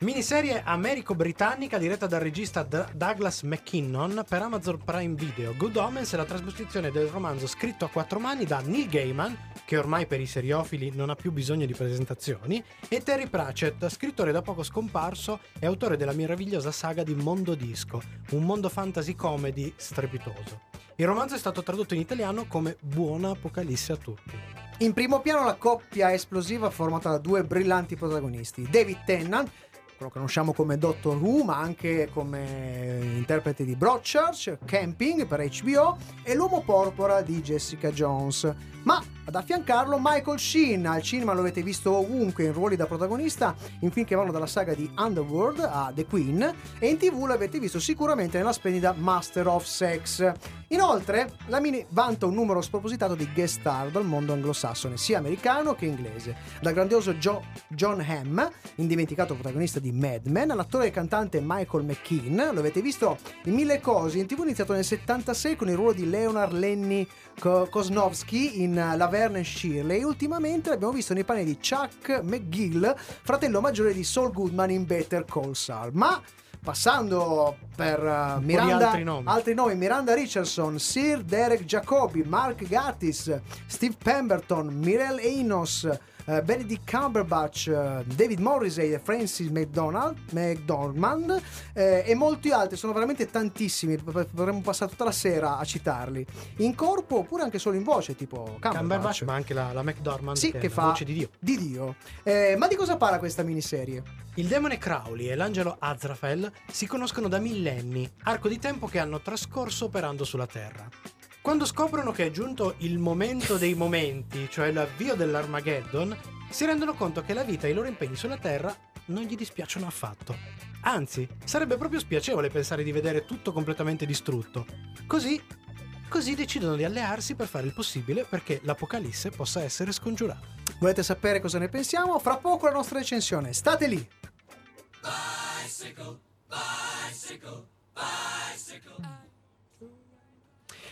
Speaker 4: Miniserie americo-britannica diretta dal regista D- Douglas McKinnon per Amazon Prime Video. Good Omens è la trasposizione del romanzo scritto a quattro mani da Neil Gaiman, che ormai per i seriofili non ha più bisogno di presentazioni, e Terry Pratchett, scrittore da poco scomparso e autore della meravigliosa saga di Mondo Disco, un mondo fantasy comedy strepitoso. Il romanzo è stato tradotto in italiano come Buona Apocalisse a tutti.
Speaker 1: In primo piano la coppia esplosiva formata da due brillanti protagonisti, David Tennant, quello che conosciamo come Doctor Who, ma anche come interprete di Broadchurch, Camping per HBO e l'uomo porpora di Jessica Jones. Ma Ad affiancarlo Michael Sheen, al cinema lo avete visto ovunque in ruoli da protagonista, in film che vanno dalla saga di Underworld a The Queen e in tv l'avete visto sicuramente nella splendida Master of Sex. Inoltre, la mini vanta un numero spropositato di guest star dal mondo anglosassone, sia americano che inglese, dal grandioso Jo- John Hamm, indimenticato protagonista di Mad Men, all'attore e cantante Michael McKean, lo avete visto in mille cose, in tv iniziato nel 76 con il ruolo di Leonard Lenny Ko- Kosnowski in eh, La Verne Shirley, e ultimamente l'abbiamo visto nei panni di Chuck McGill, fratello maggiore di Saul Goodman in Better Call Saul. Ma passando per eh, Miranda,
Speaker 4: altri nomi.
Speaker 1: altri nomi, Miranda Richardson, Sir Derek Jacobi, Mark Gattis, Steve Pemberton, Mirel Enos, eh, Benedict Cumberbatch, eh, David Morrissey e Francis McDonald, McDormand eh, e molti altri, sono veramente tantissimi, p- p- potremmo passare tutta la sera a citarli, in corpo oppure anche solo in voce, tipo Cumberbatch,
Speaker 4: Cumberbatch, ma anche la, la McDormand
Speaker 1: Sì,
Speaker 4: che,
Speaker 1: che
Speaker 4: è la
Speaker 1: fa-
Speaker 4: voce di Dio.
Speaker 1: di Dio. Eh, ma di cosa parla questa miniserie?
Speaker 4: Il demone Crowley e l'angelo Azraphel si conoscono da millenni, arco di tempo che hanno trascorso operando sulla Terra. Quando scoprono che è giunto il momento dei momenti, cioè l'avvio dell'Armageddon, si rendono conto che la vita e i loro impegni sulla Terra non gli dispiacciono affatto. Anzi, sarebbe proprio spiacevole pensare di vedere tutto completamente distrutto. Così, così decidono di allearsi per fare il possibile perché l'Apocalisse possa essere scongiurata.
Speaker 1: Volete sapere cosa ne pensiamo? Fra poco la nostra recensione, state lì!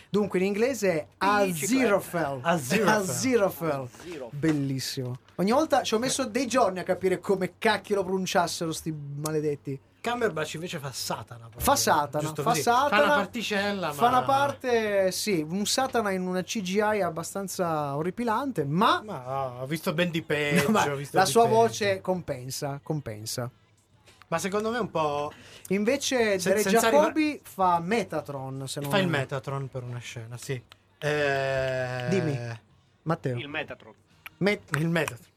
Speaker 1: Dunque in inglese è Aziraphale.
Speaker 4: Aziraphale.
Speaker 1: Aziraphale. Bellissimo. Ogni volta ci ho messo dei giorni a capire come cacchio lo pronunciassero sti maledetti.
Speaker 4: Cumberbatch invece fa Satana. proprio.
Speaker 1: Fa Satana,
Speaker 4: Giusto
Speaker 1: fa
Speaker 4: così.
Speaker 1: Satana.
Speaker 4: Fa una particella, ma...
Speaker 1: Fa una parte, sì, un Satana in una CGI abbastanza orripilante, ma,
Speaker 4: Ma ho visto ben di peggio.
Speaker 1: ma
Speaker 4: Eh, ho visto
Speaker 1: la
Speaker 4: di
Speaker 1: sua
Speaker 4: peggio.
Speaker 1: voce compensa, compensa.
Speaker 4: Ma secondo me è un po'...
Speaker 1: Invece
Speaker 4: Se-
Speaker 1: Dere
Speaker 4: senza
Speaker 1: Jacobi fa Metatron, se non
Speaker 4: Fa il Metatron per una scena, sì. Eh,
Speaker 1: Dimmi. Matteo.
Speaker 2: Il Metatron.
Speaker 1: Met-
Speaker 4: Il Metatron.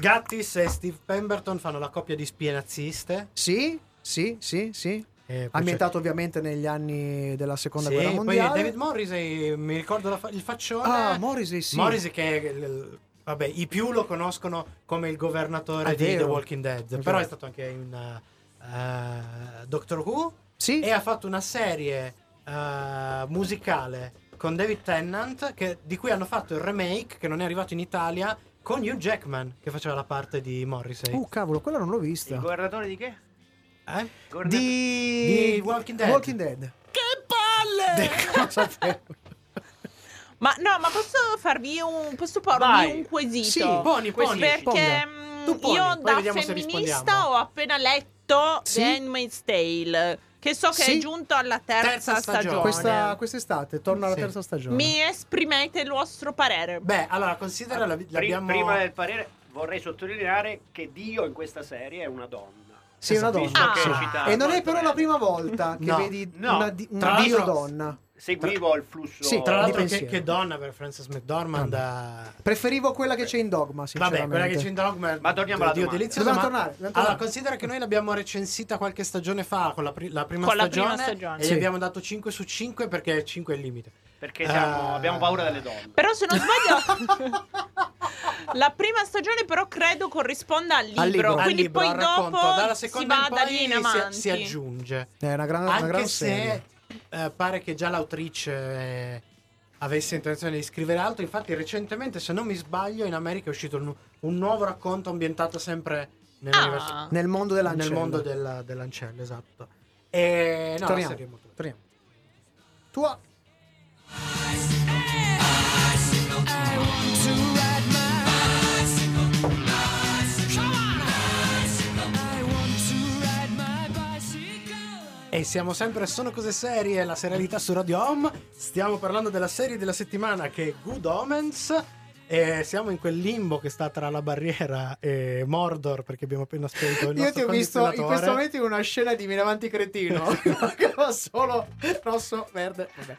Speaker 4: Gattis e Steve Pemberton fanno la coppia di spie naziste.
Speaker 1: sì, sì, sì, sì.
Speaker 4: Eh, poi
Speaker 1: Ambientato ovviamente negli anni della
Speaker 4: c'è-
Speaker 1: seconda
Speaker 4: Sì,
Speaker 1: guerra
Speaker 4: poi
Speaker 1: mondiale.
Speaker 4: David Morrissey, mi ricordo la fa- il faccione.
Speaker 1: Ah, Morrissey sì.
Speaker 4: Morrissey che... è il- Vabbè, i più lo conoscono come il governatore
Speaker 1: È
Speaker 4: di The
Speaker 1: Ah, vero.
Speaker 4: Walking
Speaker 1: È
Speaker 4: Dead,
Speaker 1: vero.
Speaker 4: però è stato anche in eh, eh, Doctor Who.
Speaker 1: Sì,
Speaker 4: e ha fatto una serie eh, musicale con David Tennant che- di cui hanno fatto il remake che non è arrivato in Italia con Hugh Jackman che faceva la parte di Morrissey
Speaker 1: Uh, cavolo, quella non l'ho vista.
Speaker 2: Il governatore di che?
Speaker 4: Eh?
Speaker 2: Governatore-
Speaker 1: Di...
Speaker 4: di Walking Dead.
Speaker 1: Walking Dead.
Speaker 3: Che palle!
Speaker 1: Cosa te-
Speaker 3: ma no, ma posso farvi un. Posso porvi
Speaker 2: Vai.
Speaker 3: un quesito?
Speaker 1: Sì,
Speaker 4: poni, poni.
Speaker 3: Perché
Speaker 1: Ponga.
Speaker 3: mm,
Speaker 4: Tu poni,
Speaker 3: io
Speaker 4: poi
Speaker 3: da
Speaker 4: vediamo se
Speaker 3: femminista
Speaker 4: rispondiamo.
Speaker 3: ho appena letto
Speaker 1: Sì.
Speaker 3: The Handmaid's Tale. Che so che
Speaker 1: Sì.
Speaker 3: è giunto alla terza,
Speaker 4: Terza stagione.
Speaker 3: stagione.
Speaker 1: Questa, quest'estate torna alla
Speaker 4: Sì.
Speaker 1: terza stagione.
Speaker 3: Mi esprimete il vostro parere.
Speaker 4: beh allora considera la-
Speaker 2: Ah, Pri-
Speaker 4: l'abbiamo
Speaker 2: Prima del parere vorrei sottolineare che Dio in questa serie è una donna.
Speaker 1: Sì, è una
Speaker 2: Visto
Speaker 1: donna.
Speaker 2: che eh,
Speaker 1: Sì.
Speaker 2: citavo
Speaker 1: E non è
Speaker 2: altre-
Speaker 1: però la prima volta che
Speaker 4: No.
Speaker 1: vedi
Speaker 2: No.
Speaker 1: una, di-
Speaker 4: Tra
Speaker 1: una
Speaker 4: l'altro-
Speaker 1: dio donna.
Speaker 2: Seguivo il flusso.
Speaker 1: Sì,
Speaker 4: tra l'altro
Speaker 1: Di
Speaker 4: che,
Speaker 1: pensiero.
Speaker 4: che donna per Frances McDormand eh,
Speaker 1: Preferivo quella che c'è in Dogma,
Speaker 4: vabbè
Speaker 1: sinceramente.
Speaker 4: quella che c'è in Dogma
Speaker 2: Ma torniamo alla
Speaker 4: Dio
Speaker 2: domanda.
Speaker 4: delizioso,
Speaker 1: Dobbiamo
Speaker 4: ma-
Speaker 1: tornare, dobbiamo
Speaker 4: allora
Speaker 1: tornare.
Speaker 4: considera che noi l'abbiamo recensita qualche stagione fa con la, pri- la prima,
Speaker 3: Con la
Speaker 4: stagione,
Speaker 3: prima stagione.
Speaker 4: e gli
Speaker 1: Sì.
Speaker 4: abbiamo dato 5 su 5 perché 5 è il limite
Speaker 2: Perché siamo-
Speaker 1: Eh.
Speaker 4: Ah.
Speaker 2: abbiamo paura delle donne.
Speaker 3: Però se non sbaglio, la prima stagione però credo corrisponda al libro.
Speaker 1: Al libro.
Speaker 4: al
Speaker 3: Quindi
Speaker 4: libro,
Speaker 3: poi
Speaker 4: al
Speaker 3: dopo
Speaker 4: racconto, dalla
Speaker 3: si
Speaker 4: seconda
Speaker 3: va
Speaker 4: in
Speaker 3: da lì in
Speaker 4: poi
Speaker 3: avanti.
Speaker 4: si, si aggiunge.
Speaker 1: È una gran, Ah, una gran
Speaker 4: Anche se
Speaker 1: serie.
Speaker 4: eh, pare che già l'autrice eh, avesse intenzione di scrivere altro, infatti recentemente, se non mi sbaglio, in America è uscito un, nu- un nuovo racconto ambientato sempre nell'universo-
Speaker 3: Ah.
Speaker 1: Nel mondo
Speaker 4: nel
Speaker 1: dell'ancello.
Speaker 4: mondo della- dell'ancella, esatto. E no, la
Speaker 1: Torniamo.
Speaker 4: serie è molto bella.
Speaker 1: Torniamo. Tua.
Speaker 4: E siamo sempre a Sono Cose Serie, la serialità su Radio Home. Stiamo parlando della serie della settimana che è Good Omens. E siamo in quel limbo che sta tra la barriera e Mordor perché abbiamo appena spento il
Speaker 1: Io ti
Speaker 4: nostro
Speaker 1: ho visto in questo
Speaker 4: condizionatore.
Speaker 1: momento in una scena di Miravanti Cretino. che va solo rosso, verde. Vabbè.
Speaker 4: E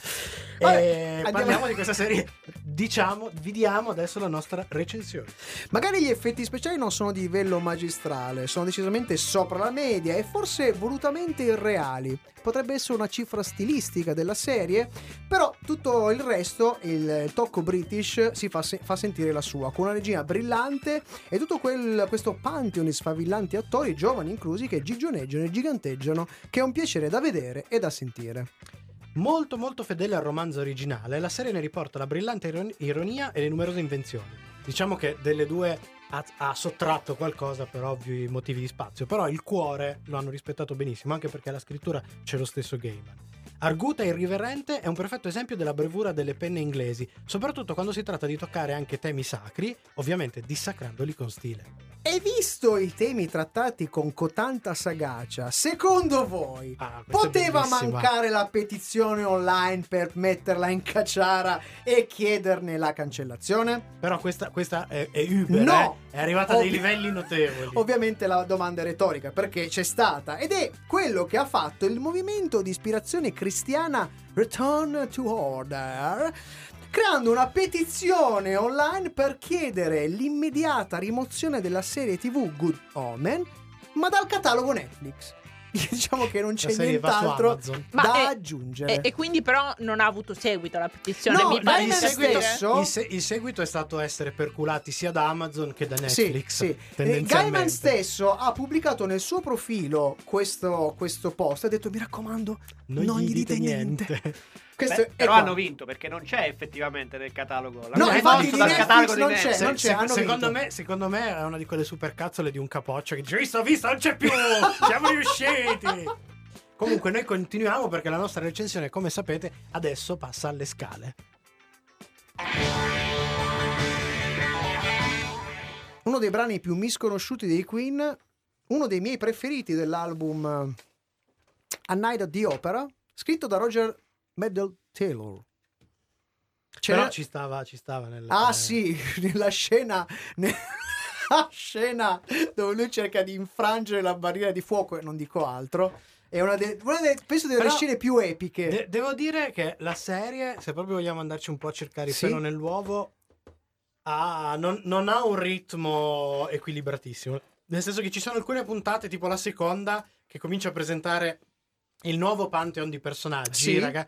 Speaker 1: Vabbè, andiamo-
Speaker 4: parliamo di questa serie diciamo, vi diamo adesso la nostra recensione.
Speaker 1: Magari gli effetti speciali non sono di livello magistrale, sono decisamente sopra la media e forse volutamente irreali. Potrebbe essere una cifra stilistica della serie, però tutto il resto, il tocco british, si fa, se- fa sentire la sua, con una regina brillante e tutto quel, questo pantheon di sfavillanti attori, giovani inclusi, che gigioneggiano e giganteggiano, che è un piacere da vedere e da sentire.
Speaker 4: Molto molto fedele al romanzo originale, la serie ne riporta la brillante iron- ironia e le numerose invenzioni. Diciamo che delle due ha, ha sottratto qualcosa per ovvi motivi di spazio, però il cuore lo hanno rispettato benissimo, anche perché alla scrittura c'è lo stesso Gaiman. Arguta e irriverente è un perfetto esempio della brevura delle penne inglesi, soprattutto quando si tratta di toccare anche temi sacri, ovviamente dissacrandoli con stile.
Speaker 1: E visto i temi trattati con cotanta sagacia, secondo voi
Speaker 4: questa Ah, è eh.
Speaker 1: poteva
Speaker 4: bellissima.
Speaker 1: mancare la petizione online per metterla in cacciara e chiederne la cancellazione?
Speaker 4: Però questa, questa è, è Uber,
Speaker 1: No!
Speaker 4: eh. è arrivata a dei
Speaker 1: Ovvi-
Speaker 4: livelli notevoli.
Speaker 1: Ovviamente la domanda è retorica perché c'è stata ed è quello che ha fatto il movimento di ispirazione cristiana Return to Order creando una petizione online per chiedere l'immediata rimozione della serie tv Good Omen ma dal catalogo Netflix. Diciamo che non c'è
Speaker 4: La serie va su
Speaker 1: nient'altro
Speaker 4: Amazon.
Speaker 3: Ma
Speaker 1: da
Speaker 3: è-
Speaker 1: aggiungere.
Speaker 3: E, e quindi però non ha avuto seguito la petizione.
Speaker 1: No,
Speaker 3: mi
Speaker 1: ma
Speaker 3: pare
Speaker 1: il
Speaker 3: di
Speaker 1: seguito
Speaker 3: capire.
Speaker 1: so-
Speaker 4: Il, se- il seguito è stato essere perculati sia da Amazon che da Netflix.
Speaker 1: Sì, sì. Eh,
Speaker 4: Tendenzialmente.
Speaker 1: Gaiman stesso ha pubblicato nel suo profilo questo, questo post e ha detto mi raccomando non, gli, dite, niente. Questo
Speaker 2: Beh,
Speaker 1: è
Speaker 2: però
Speaker 1: qua.
Speaker 2: hanno vinto perché non c'è effettivamente nel catalogo. L'hanno
Speaker 1: No, infatti
Speaker 2: tolto
Speaker 1: di
Speaker 2: dal
Speaker 1: Netflix
Speaker 2: catalogo
Speaker 1: non
Speaker 2: di
Speaker 1: c'è,
Speaker 2: Netflix.
Speaker 1: Eh, non c'è, hanno
Speaker 4: secondo,
Speaker 1: vinto.
Speaker 4: me, secondo me è una di quelle supercazzole di un capoccio che dice visto, visto, non c'è più, siamo riusciti. Comunque noi continuiamo perché la nostra recensione, come sapete, adesso passa alle scale.
Speaker 1: Uno dei brani più misconosciuti dei Queen, uno dei miei preferiti dell'album eh, A Night at the Opera, scritto da Roger Meddle Taylor. C'è-
Speaker 4: Però ci eh. stava, ci stava nel...
Speaker 1: Ah sì, nella scena... nella scena dove lui cerca di infrangere la barriera di fuoco e non dico altro. È una, de- una de- penso delle
Speaker 4: Però-
Speaker 1: scene più epiche.
Speaker 4: De- devo dire che la serie, se proprio vogliamo andarci un po' a cercare il
Speaker 1: Sì.
Speaker 4: pelo nell'uovo, ha- non, non ha un ritmo equilibratissimo. Nel senso che ci sono alcune puntate, tipo la seconda, che comincia a presentare il nuovo pantheon di personaggi,
Speaker 1: Sì.
Speaker 4: raga.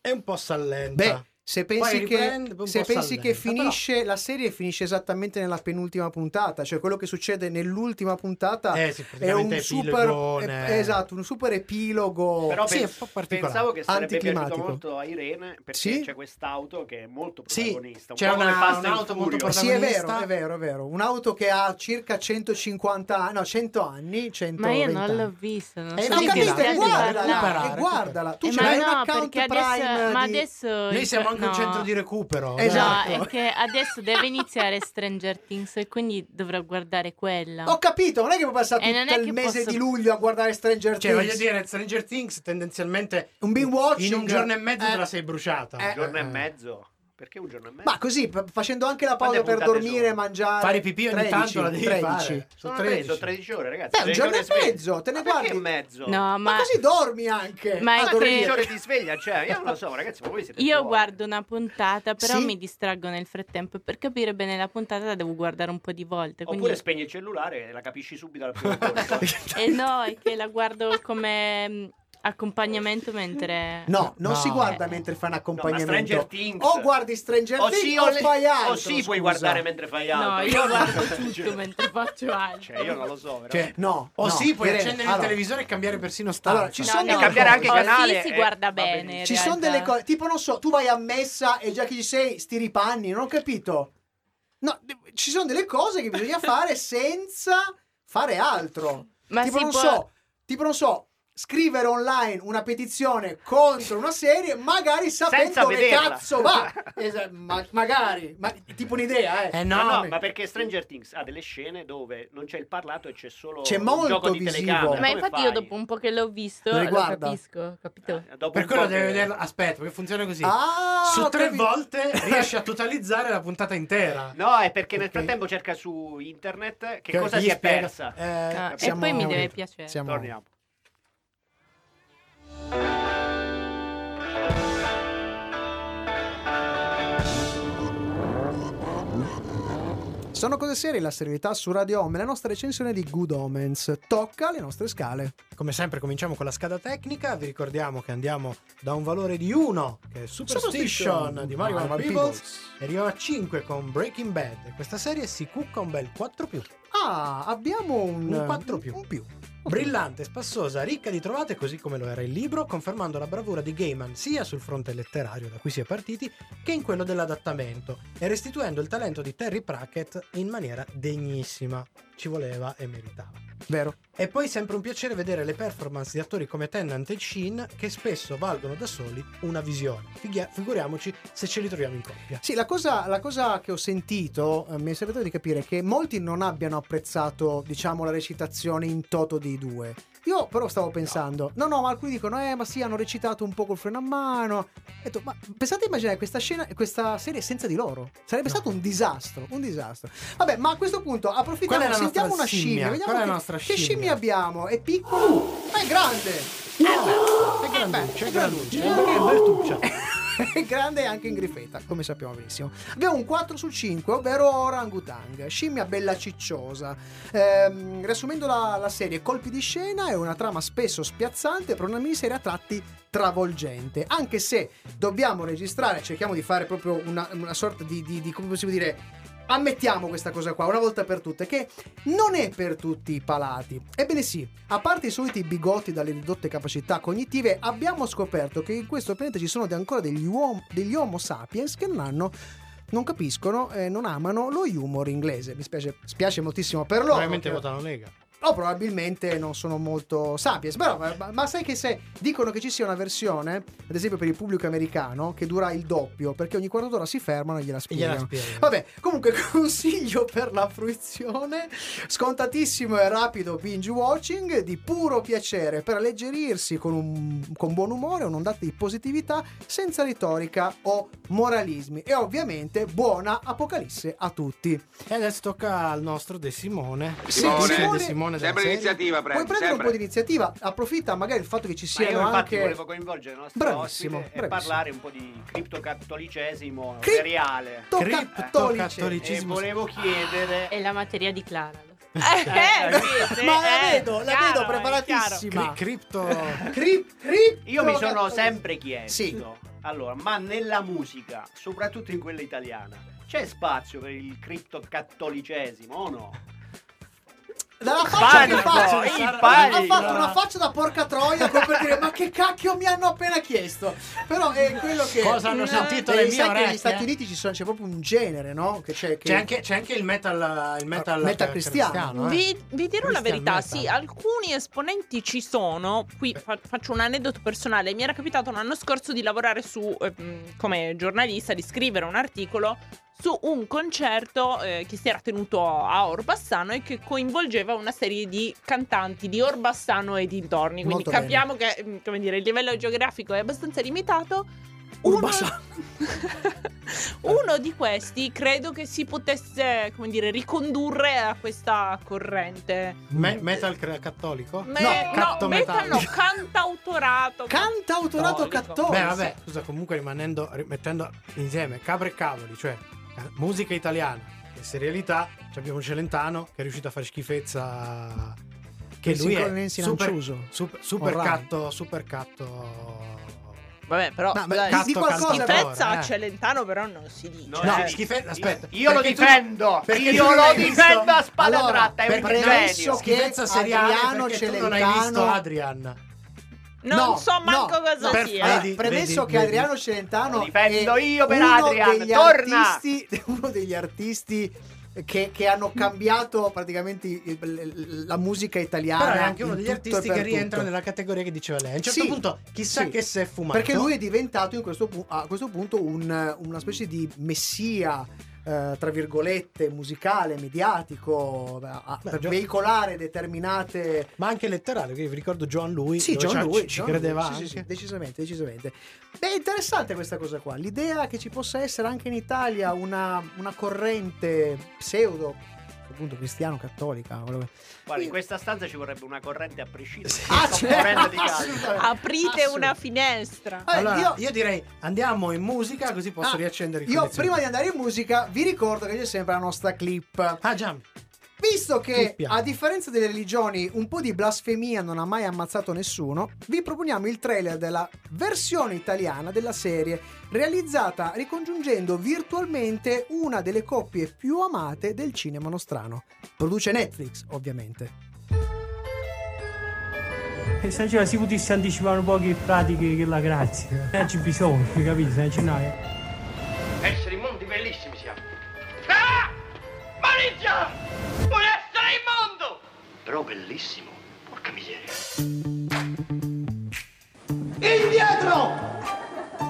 Speaker 4: È un po' sallenta.
Speaker 1: Beh, se
Speaker 4: Ah. Poi
Speaker 1: pensi,
Speaker 4: riprende,
Speaker 1: che,
Speaker 4: poi un
Speaker 1: se
Speaker 4: po'
Speaker 1: pensi che
Speaker 4: sallenta, però-
Speaker 1: finisce la serie finisce esattamente nella penultima puntata, cioè quello che succede nell'ultima puntata
Speaker 4: Eh sì,
Speaker 1: è un
Speaker 4: praticamente
Speaker 1: super
Speaker 4: epilogone.
Speaker 1: è- esatto, un super epilogo.
Speaker 2: Però
Speaker 4: Sì,
Speaker 2: pe-
Speaker 4: è un po' particolare.
Speaker 2: pensavo che sarebbe piaciuto
Speaker 1: Anticlimatico.
Speaker 2: molto a Irene perché
Speaker 1: Sì?
Speaker 2: c'è quest'auto che è molto
Speaker 4: Sì,
Speaker 2: protagonista.
Speaker 4: c'è
Speaker 2: un po'
Speaker 4: una-
Speaker 2: come Fast and
Speaker 4: un'auto molto
Speaker 2: Furious.
Speaker 1: Sì, è vero,
Speaker 4: protagonista.
Speaker 1: è vero, è vero. Un'auto che ha circa 150 anni, no, 100 anni, 120
Speaker 11: Ma io non l'ho
Speaker 1: anni.
Speaker 11: vista. Non
Speaker 1: Eh,
Speaker 11: so
Speaker 1: no,
Speaker 11: di che
Speaker 1: capito,
Speaker 11: stiate parlando.
Speaker 1: guardala,
Speaker 4: recuperare.
Speaker 1: e guardala. Tu
Speaker 11: Eh,
Speaker 1: ce
Speaker 11: ma
Speaker 1: l'hai un
Speaker 11: no,
Speaker 1: account
Speaker 11: perché adesso,
Speaker 1: Prime
Speaker 11: ma
Speaker 1: di-
Speaker 11: adesso
Speaker 4: Noi siamo anche
Speaker 11: no. Eh,
Speaker 4: un centro di recupero. dai.
Speaker 1: Esatto.
Speaker 11: No, è che adesso deve iniziare Stranger Things e quindi dovrò guardare quella.
Speaker 1: Ho capito, non è che puoi passare
Speaker 11: E Eh, non
Speaker 1: tutto
Speaker 11: è
Speaker 1: il
Speaker 11: che
Speaker 1: mese
Speaker 11: posso-
Speaker 1: di luglio a guardare Stranger
Speaker 4: Cioè, voglio
Speaker 1: Things.
Speaker 4: dire, Stranger Things tendenzialmente
Speaker 1: Un binge watching.
Speaker 4: in un giorno e mezzo te
Speaker 1: Eh.
Speaker 4: la sei bruciata.
Speaker 1: Eh.
Speaker 2: Un giorno e mezzo. Perché un giorno e mezzo?
Speaker 1: Ma così, p- facendo anche la
Speaker 2: Quante
Speaker 1: pausa per
Speaker 2: puntate
Speaker 1: dormire e
Speaker 2: sono?
Speaker 1: mangiare.
Speaker 4: Fare pipì ogni
Speaker 1: 13,
Speaker 4: tanto la devi
Speaker 1: 13.
Speaker 4: fare.
Speaker 2: sono
Speaker 4: Sono
Speaker 2: 13.
Speaker 4: 13.
Speaker 2: sono 13 ore, ragazzi.
Speaker 1: Beh, un giorno e mezzo, te ne
Speaker 2: guardi.
Speaker 1: guardi.
Speaker 2: Perché mezzo?
Speaker 4: Ah,
Speaker 11: No,
Speaker 1: Ma
Speaker 11: ma
Speaker 1: così dormi anche.
Speaker 11: Ma
Speaker 1: a
Speaker 11: è che-
Speaker 1: dormire.
Speaker 2: 13 ore di sveglia, cioè, io non lo so, ragazzi, ma voi siete
Speaker 11: io
Speaker 2: fuori.
Speaker 11: guardo una puntata, però
Speaker 1: Sì?
Speaker 11: mi distraggo nel frattempo. Per capire bene la puntata la devo guardare un po' di volte. Quindi...
Speaker 2: Oppure spegni il cellulare e la capisci subito al primo colpo.
Speaker 11: Eh no, è che la guardo come mm, accompagnamento mentre...
Speaker 1: No, non
Speaker 4: No.
Speaker 1: si guarda
Speaker 11: Eh.
Speaker 1: mentre fa un
Speaker 2: No, ma
Speaker 1: accompagnamento.
Speaker 2: Stranger Things.
Speaker 1: o guardi Stranger
Speaker 2: O
Speaker 1: Things
Speaker 2: sì,
Speaker 1: Certo, o,
Speaker 2: le-
Speaker 1: fai altro.
Speaker 2: o sì,
Speaker 1: scusa.
Speaker 2: puoi guardare mentre fai altro.
Speaker 11: Eh, No, io guardo tutto
Speaker 2: Cioè,
Speaker 11: mentre faccio altro.
Speaker 2: Cioè, io non lo so, veramente.
Speaker 4: Cioè,
Speaker 1: No,
Speaker 4: o
Speaker 1: no,
Speaker 4: sì, puoi
Speaker 1: Irene,
Speaker 4: accendere il
Speaker 1: allora,
Speaker 4: televisore e cambiare persino stanza.
Speaker 1: Allora, ci
Speaker 11: No,
Speaker 1: sono
Speaker 11: no,
Speaker 1: delle
Speaker 2: E cambiare anche
Speaker 1: cose-
Speaker 11: così
Speaker 2: canale,
Speaker 11: si
Speaker 2: eh,
Speaker 11: guarda
Speaker 2: va
Speaker 11: bene.
Speaker 2: bene.
Speaker 11: in
Speaker 1: Ci sono
Speaker 11: realtà.
Speaker 1: delle cose, tipo non so, tu vai a messa e già che ci sei stiri i panni, non ho capito. No, de- ci sono delle cose che bisogna fare senza fare altro.
Speaker 11: Ma
Speaker 1: tipo,
Speaker 11: si
Speaker 1: non
Speaker 11: può-
Speaker 1: so, tipo non so, scrivere online una petizione contro una serie, magari sapendo
Speaker 2: Senza
Speaker 1: dove
Speaker 2: vederla.
Speaker 1: cazzo va. Esa- ma- magari, ma- tipo un'idea, eh.
Speaker 4: Eh
Speaker 2: No, no,
Speaker 4: no,
Speaker 2: ma perché Stranger Things ha delle scene dove non c'è il parlato e c'è solo
Speaker 1: C'è
Speaker 2: un
Speaker 1: molto
Speaker 2: gioco di
Speaker 1: visivo.
Speaker 2: telecamera.
Speaker 11: Ma
Speaker 2: Come
Speaker 11: infatti
Speaker 2: fai?
Speaker 11: io dopo un po' che l'ho visto
Speaker 1: Lo
Speaker 11: lo,
Speaker 1: riguarda.
Speaker 11: capisco, capito?
Speaker 2: Eh, dopo
Speaker 4: per
Speaker 2: un
Speaker 4: quello
Speaker 2: po'
Speaker 4: devi
Speaker 2: che-
Speaker 4: vederlo. Aspetta, perché funziona così.
Speaker 1: Ah,
Speaker 4: Su
Speaker 1: ho
Speaker 4: tre
Speaker 1: capito.
Speaker 4: volte riesci a totalizzare la puntata intera.
Speaker 2: No, è perché nel
Speaker 4: Ok.
Speaker 2: frattempo cerca su internet che,
Speaker 4: Che
Speaker 2: cosa
Speaker 4: gli
Speaker 2: si è
Speaker 4: spiega-
Speaker 2: persa.
Speaker 4: Eh,
Speaker 11: Ah, e
Speaker 1: siamo-
Speaker 11: poi mi deve piacere.
Speaker 1: Siamo-
Speaker 2: Torniamo.
Speaker 1: Sono cose serie la serietà su Radio Home, la nostra recensione di Good Omens. Tocca le nostre scale.
Speaker 4: Come sempre cominciamo con la scada tecnica, vi ricordiamo che andiamo da un valore di 1 che è Superstition Ah,
Speaker 1: Superstition
Speaker 4: di Mario
Speaker 1: Marvel
Speaker 4: Van
Speaker 1: Peebles.
Speaker 4: Peebles e arriviamo a 5 con Breaking Bad e questa serie si cucca un bel 4 più.
Speaker 1: Ah, abbiamo un,
Speaker 4: Un 4 più.
Speaker 1: Un più.
Speaker 4: Brillante, spassosa, ricca di trovate così come lo era il libro, confermando la bravura di Gaiman sia sul fronte letterario da cui si è partiti che in quello dell'adattamento e restituendo il talento di Terry Prackett in maniera degnissima. Ci voleva e meritava.
Speaker 1: Vero.
Speaker 4: È poi sempre un piacere vedere le performance di attori come Tennant e Sheen che spesso valgono da soli una visione. Fighia- figuriamoci se ce li troviamo in coppia.
Speaker 1: Sì, la cosa, la cosa che ho sentito eh, mi è servito di capire che molti non abbiano apprezzato, diciamo, la recitazione in toto dei due. Io però stavo pensando, no, no, ma alcuni dicono, eh, ma sì, hanno recitato un po' col freno a mano. Ho detto, ma pensate a immaginare questa scena, questa serie senza di loro. Sarebbe stato un disastro, un disastro. Vabbè, ma a questo punto
Speaker 4: Qual è
Speaker 1: approfittiamo,
Speaker 4: la nostra
Speaker 1: sentiamo una scimmia,
Speaker 4: scimmia?
Speaker 1: vediamo
Speaker 4: Qual è
Speaker 1: che,
Speaker 4: la nostra
Speaker 1: che scimmia.
Speaker 4: scimmia?
Speaker 1: abbiamo. È piccolo, ma è grande. Eh, beh, è granduccia, è
Speaker 4: Che bertuccia.
Speaker 1: è grande anche in griffetta, come sappiamo benissimo. Abbiamo un 4 su 5, ovvero Orangutang, scimmia bella cicciosa. Ehm, riassumendo la, la serie, colpi di scena e una trama spesso spiazzante per una miniserie a tratti travolgente. Anche se dobbiamo registrare, cerchiamo di fare proprio una, una sorta di, di- di- come possiamo dire. Ammettiamo questa cosa qua, una volta per tutte, che non è per tutti i palati. Ebbene sì, a parte i soliti bigotti dalle ridotte capacità cognitive, abbiamo scoperto che in questo pianeta ci sono de- ancora degli, uom- degli Homo sapiens che non hanno. Non capiscono e non amano lo humor inglese. Mi spiace, spiace moltissimo per loro.
Speaker 4: Probabilmente
Speaker 1: che-
Speaker 4: votano Lega.
Speaker 1: o probabilmente non sono molto sapiens. Però, ma, ma- ma sai che se dicono che ci sia una versione, ad esempio per il pubblico americano, che dura il doppio, perché ogni quarto d'ora si fermano e gliela
Speaker 4: E gliela
Speaker 1: spiegano.
Speaker 4: spiego.
Speaker 1: Vabbè, comunque consiglio per la fruizione, scontatissimo e rapido binge watching, di puro piacere per alleggerirsi con, un- con buon umore, un'ondata di positività senza retorica o moralismi. E ovviamente buona apocalisse a tutti.
Speaker 4: E adesso tocca al nostro De Simone.
Speaker 1: Simone.
Speaker 4: Sì, De Simone della
Speaker 14: Sempre
Speaker 4: serie.
Speaker 14: iniziativa,
Speaker 1: Puoi prendere un po' di iniziativa, approfitta magari il fatto che ci
Speaker 2: Ma io
Speaker 1: siano
Speaker 2: infatti
Speaker 1: anche...
Speaker 2: volevo coinvolgere il nostro
Speaker 1: Bravissimo,
Speaker 2: ospite e
Speaker 1: bravissimo.
Speaker 2: parlare un po' di criptocattolicesimo
Speaker 1: Cripto-
Speaker 2: seriale. E
Speaker 11: Criptocattolicesimo.
Speaker 2: volevo chiedere...
Speaker 11: È la materia di Clara. lo so.
Speaker 1: Eh,
Speaker 11: Eh,
Speaker 1: Ma la vedo, la
Speaker 11: chiaro,
Speaker 1: vedo
Speaker 11: è
Speaker 1: preparatissima.
Speaker 4: Cri- cripto.
Speaker 1: Crip- crip-
Speaker 2: Io mi sono
Speaker 1: cattolicesimo.
Speaker 2: sempre chiesto,
Speaker 1: Sì.
Speaker 2: allora, ma nella musica, soprattutto in quella italiana, c'è spazio per il criptocattolicesimo o no?
Speaker 1: Dalla faccia che
Speaker 2: Panico,
Speaker 1: faccio,
Speaker 2: il
Speaker 1: ha
Speaker 2: panico.
Speaker 1: fatto una faccia da porca troia come per dire ma che cacchio mi hanno appena chiesto. Però è quello che
Speaker 4: Cosa hanno
Speaker 1: Eh,
Speaker 4: sentito
Speaker 1: sai
Speaker 4: le mie
Speaker 1: che
Speaker 4: orecchie? eh?
Speaker 1: negli Stati Uniti ci sono- c'è proprio un genere, no? Che c'è, che-
Speaker 4: C'è anche, c'è anche il metal, il Ah, metal,
Speaker 1: Metal cristiano.
Speaker 4: eh.
Speaker 3: Vi, vi dirò la
Speaker 4: Christian
Speaker 3: verità,
Speaker 4: metal.
Speaker 3: sì, alcuni esponenti ci sono. Qui fa- faccio un aneddoto personale. Mi era capitato l'anno scorso di lavorare su, eh, mh, come giornalista, di scrivere un articolo su un concerto eh, che si era tenuto a Orbassano e che coinvolgeva una serie di cantanti di Orbassano e dintorni. Quindi
Speaker 1: Molto bene.
Speaker 3: capiamo che mh, come dire, il livello geografico è abbastanza limitato.
Speaker 1: Urbassano.
Speaker 3: Uno di questi credo che si potesse, come dire, ricondurre a questa corrente.
Speaker 4: Me- metal cra- cattolico?
Speaker 3: Me- no, metal no, cantautorato.
Speaker 1: Cantautorato cattolico.
Speaker 4: Beh, vabbè, scusa, comunque rimanendo, rimettendo insieme capre e cavoli, cioè eh, musica italiana e serialità, ci abbiamo Celentano che è riuscito a fare schifezza che
Speaker 1: Il
Speaker 4: lui è
Speaker 1: sincronensi
Speaker 4: super,
Speaker 1: lanciuso.
Speaker 4: super, super
Speaker 1: Orrai.
Speaker 4: catto, super catto.
Speaker 3: Vabbè, però
Speaker 4: No, ma
Speaker 3: dai,
Speaker 4: cazzo,
Speaker 3: di
Speaker 4: cazzo,
Speaker 3: qualcosa
Speaker 4: allora,
Speaker 3: schifezza
Speaker 4: eh.
Speaker 3: a Celentano però non si dice.
Speaker 2: No,
Speaker 4: No,
Speaker 2: eh,
Speaker 4: schife- aspetta.
Speaker 2: Io lo
Speaker 4: perché tu-
Speaker 2: difendo,
Speaker 4: perché
Speaker 2: io
Speaker 4: tu non
Speaker 2: lo
Speaker 4: hai visto-
Speaker 2: difendo a spada
Speaker 1: Allora,
Speaker 2: tratta, è un
Speaker 1: perché
Speaker 2: genio.
Speaker 1: adesso-
Speaker 4: Schifezza
Speaker 1: che
Speaker 4: seriale
Speaker 1: Adriano
Speaker 4: perché tu non hai visto
Speaker 1: Celentano-
Speaker 4: Adrian.
Speaker 3: Non
Speaker 1: No,
Speaker 3: so manco
Speaker 1: no,
Speaker 3: cosa
Speaker 4: per-
Speaker 3: sia.
Speaker 1: Allora,
Speaker 4: Vedi,
Speaker 1: premesso
Speaker 4: vedi,
Speaker 1: che
Speaker 4: vedi.
Speaker 1: Adriano Celentano
Speaker 2: Lo difendo
Speaker 1: è
Speaker 2: io per
Speaker 1: uno
Speaker 2: Adrian,
Speaker 1: degli
Speaker 2: torna!
Speaker 1: artisti- uno degli artisti che, che hanno cambiato praticamente il- la musica italiana
Speaker 4: Però è anche uno
Speaker 1: in
Speaker 4: degli
Speaker 1: tutto e
Speaker 4: artisti
Speaker 1: per
Speaker 4: che rientra
Speaker 1: tutto.
Speaker 4: nella categoria che diceva lei. A un certo
Speaker 1: Sì,
Speaker 4: punto, chissà
Speaker 1: sì.
Speaker 4: che se è fumato.
Speaker 1: perché lui è diventato in questo pu- a questo punto un- una specie di messia eh, tra virgolette musicale mediatico a- a-
Speaker 4: Beh,
Speaker 1: per
Speaker 4: già-
Speaker 1: veicolare determinate
Speaker 4: ma anche letterario, che vi ricordo John Lui,
Speaker 1: Sì,
Speaker 4: dove
Speaker 1: John
Speaker 4: ci-
Speaker 1: Lewis,
Speaker 4: ci
Speaker 1: John
Speaker 4: credeva
Speaker 1: Lewis, sì, sì, sì,
Speaker 4: anche.
Speaker 1: decisamente, decisamente. Beh, è interessante questa cosa qua, l'idea che ci possa essere anche in Italia una, una corrente pseudo appunto cristiano, cattolica. quello che-
Speaker 2: Guarda, in questa stanza ci vorrebbe una corrente a prescindere.
Speaker 1: Ah,
Speaker 2: Sto
Speaker 1: c'è!
Speaker 2: morendo di caldo.
Speaker 1: Assolutamente.
Speaker 3: Aprite una finestra.
Speaker 4: Allora, io... direi andiamo in musica così posso
Speaker 1: Ah,
Speaker 4: riaccendere il
Speaker 1: Io prima di andare in musica vi ricordo che c'è sempre la nostra clip.
Speaker 4: Ah già.
Speaker 1: Visto che
Speaker 4: Clippiamo.
Speaker 1: a differenza delle religioni un po' di blasfemia non ha mai ammazzato nessuno, vi proponiamo il trailer della versione italiana della serie, realizzata ricongiungendo virtualmente una delle coppie più amate del cinema nostrano. Produce Netflix, ovviamente.
Speaker 14: E se cioè, si potesse anticipare un po' che pratiche che la grazia. Non c'è bisogno, capito? eh. Non ce n'hai.
Speaker 15: Esseri immondi bellissimi siamo. Ah! Malizia! Un essere immondo! Però bellissimo, porca miseria.
Speaker 16: Indietro!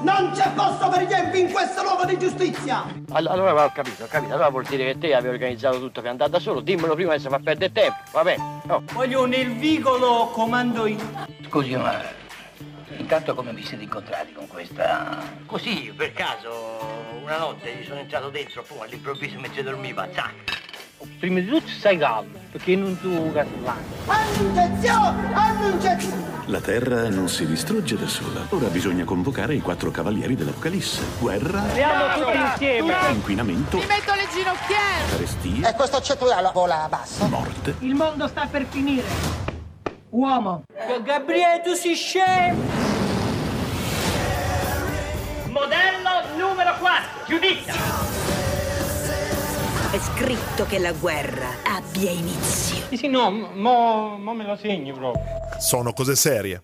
Speaker 16: Non c'è posto per gli empi in questo luogo di giustizia!
Speaker 17: allora va, ho capito, ho capito. Allora vuol dire che te avevi organizzato tutto che è andata da solo. Dimmelo prima che si fa perdere tempo, va bene? Oh.
Speaker 14: Voglio nel vicolo comando io.
Speaker 15: Scusi, ma intanto come vi siete incontrati con questa...
Speaker 7: Così, per caso, una notte gli sono entrato dentro, poi all'improvviso mentre dormiva, zac.
Speaker 17: Prima di tutto stai calmo, perché non tu castellano.
Speaker 16: Annunciazione! Annunciazione!
Speaker 18: La Terra non si distrugge da sola. Ora bisogna convocare i quattro cavalieri dell'Apocalisse. Guerra,
Speaker 16: tutti insieme!
Speaker 18: inquinamento,
Speaker 16: metto le ginocchiere!
Speaker 18: carestia,
Speaker 16: E questo cettuale vola a basso.
Speaker 18: morte.
Speaker 16: Il mondo sta per finire. Uomo. Gabriele, tu si scemo!
Speaker 10: Modello numero 4, giudizia.
Speaker 13: È scritto che la guerra abbia inizio.
Speaker 14: Sì, sì, no, mo, mo me lo segno proprio.
Speaker 5: Sono cose serie.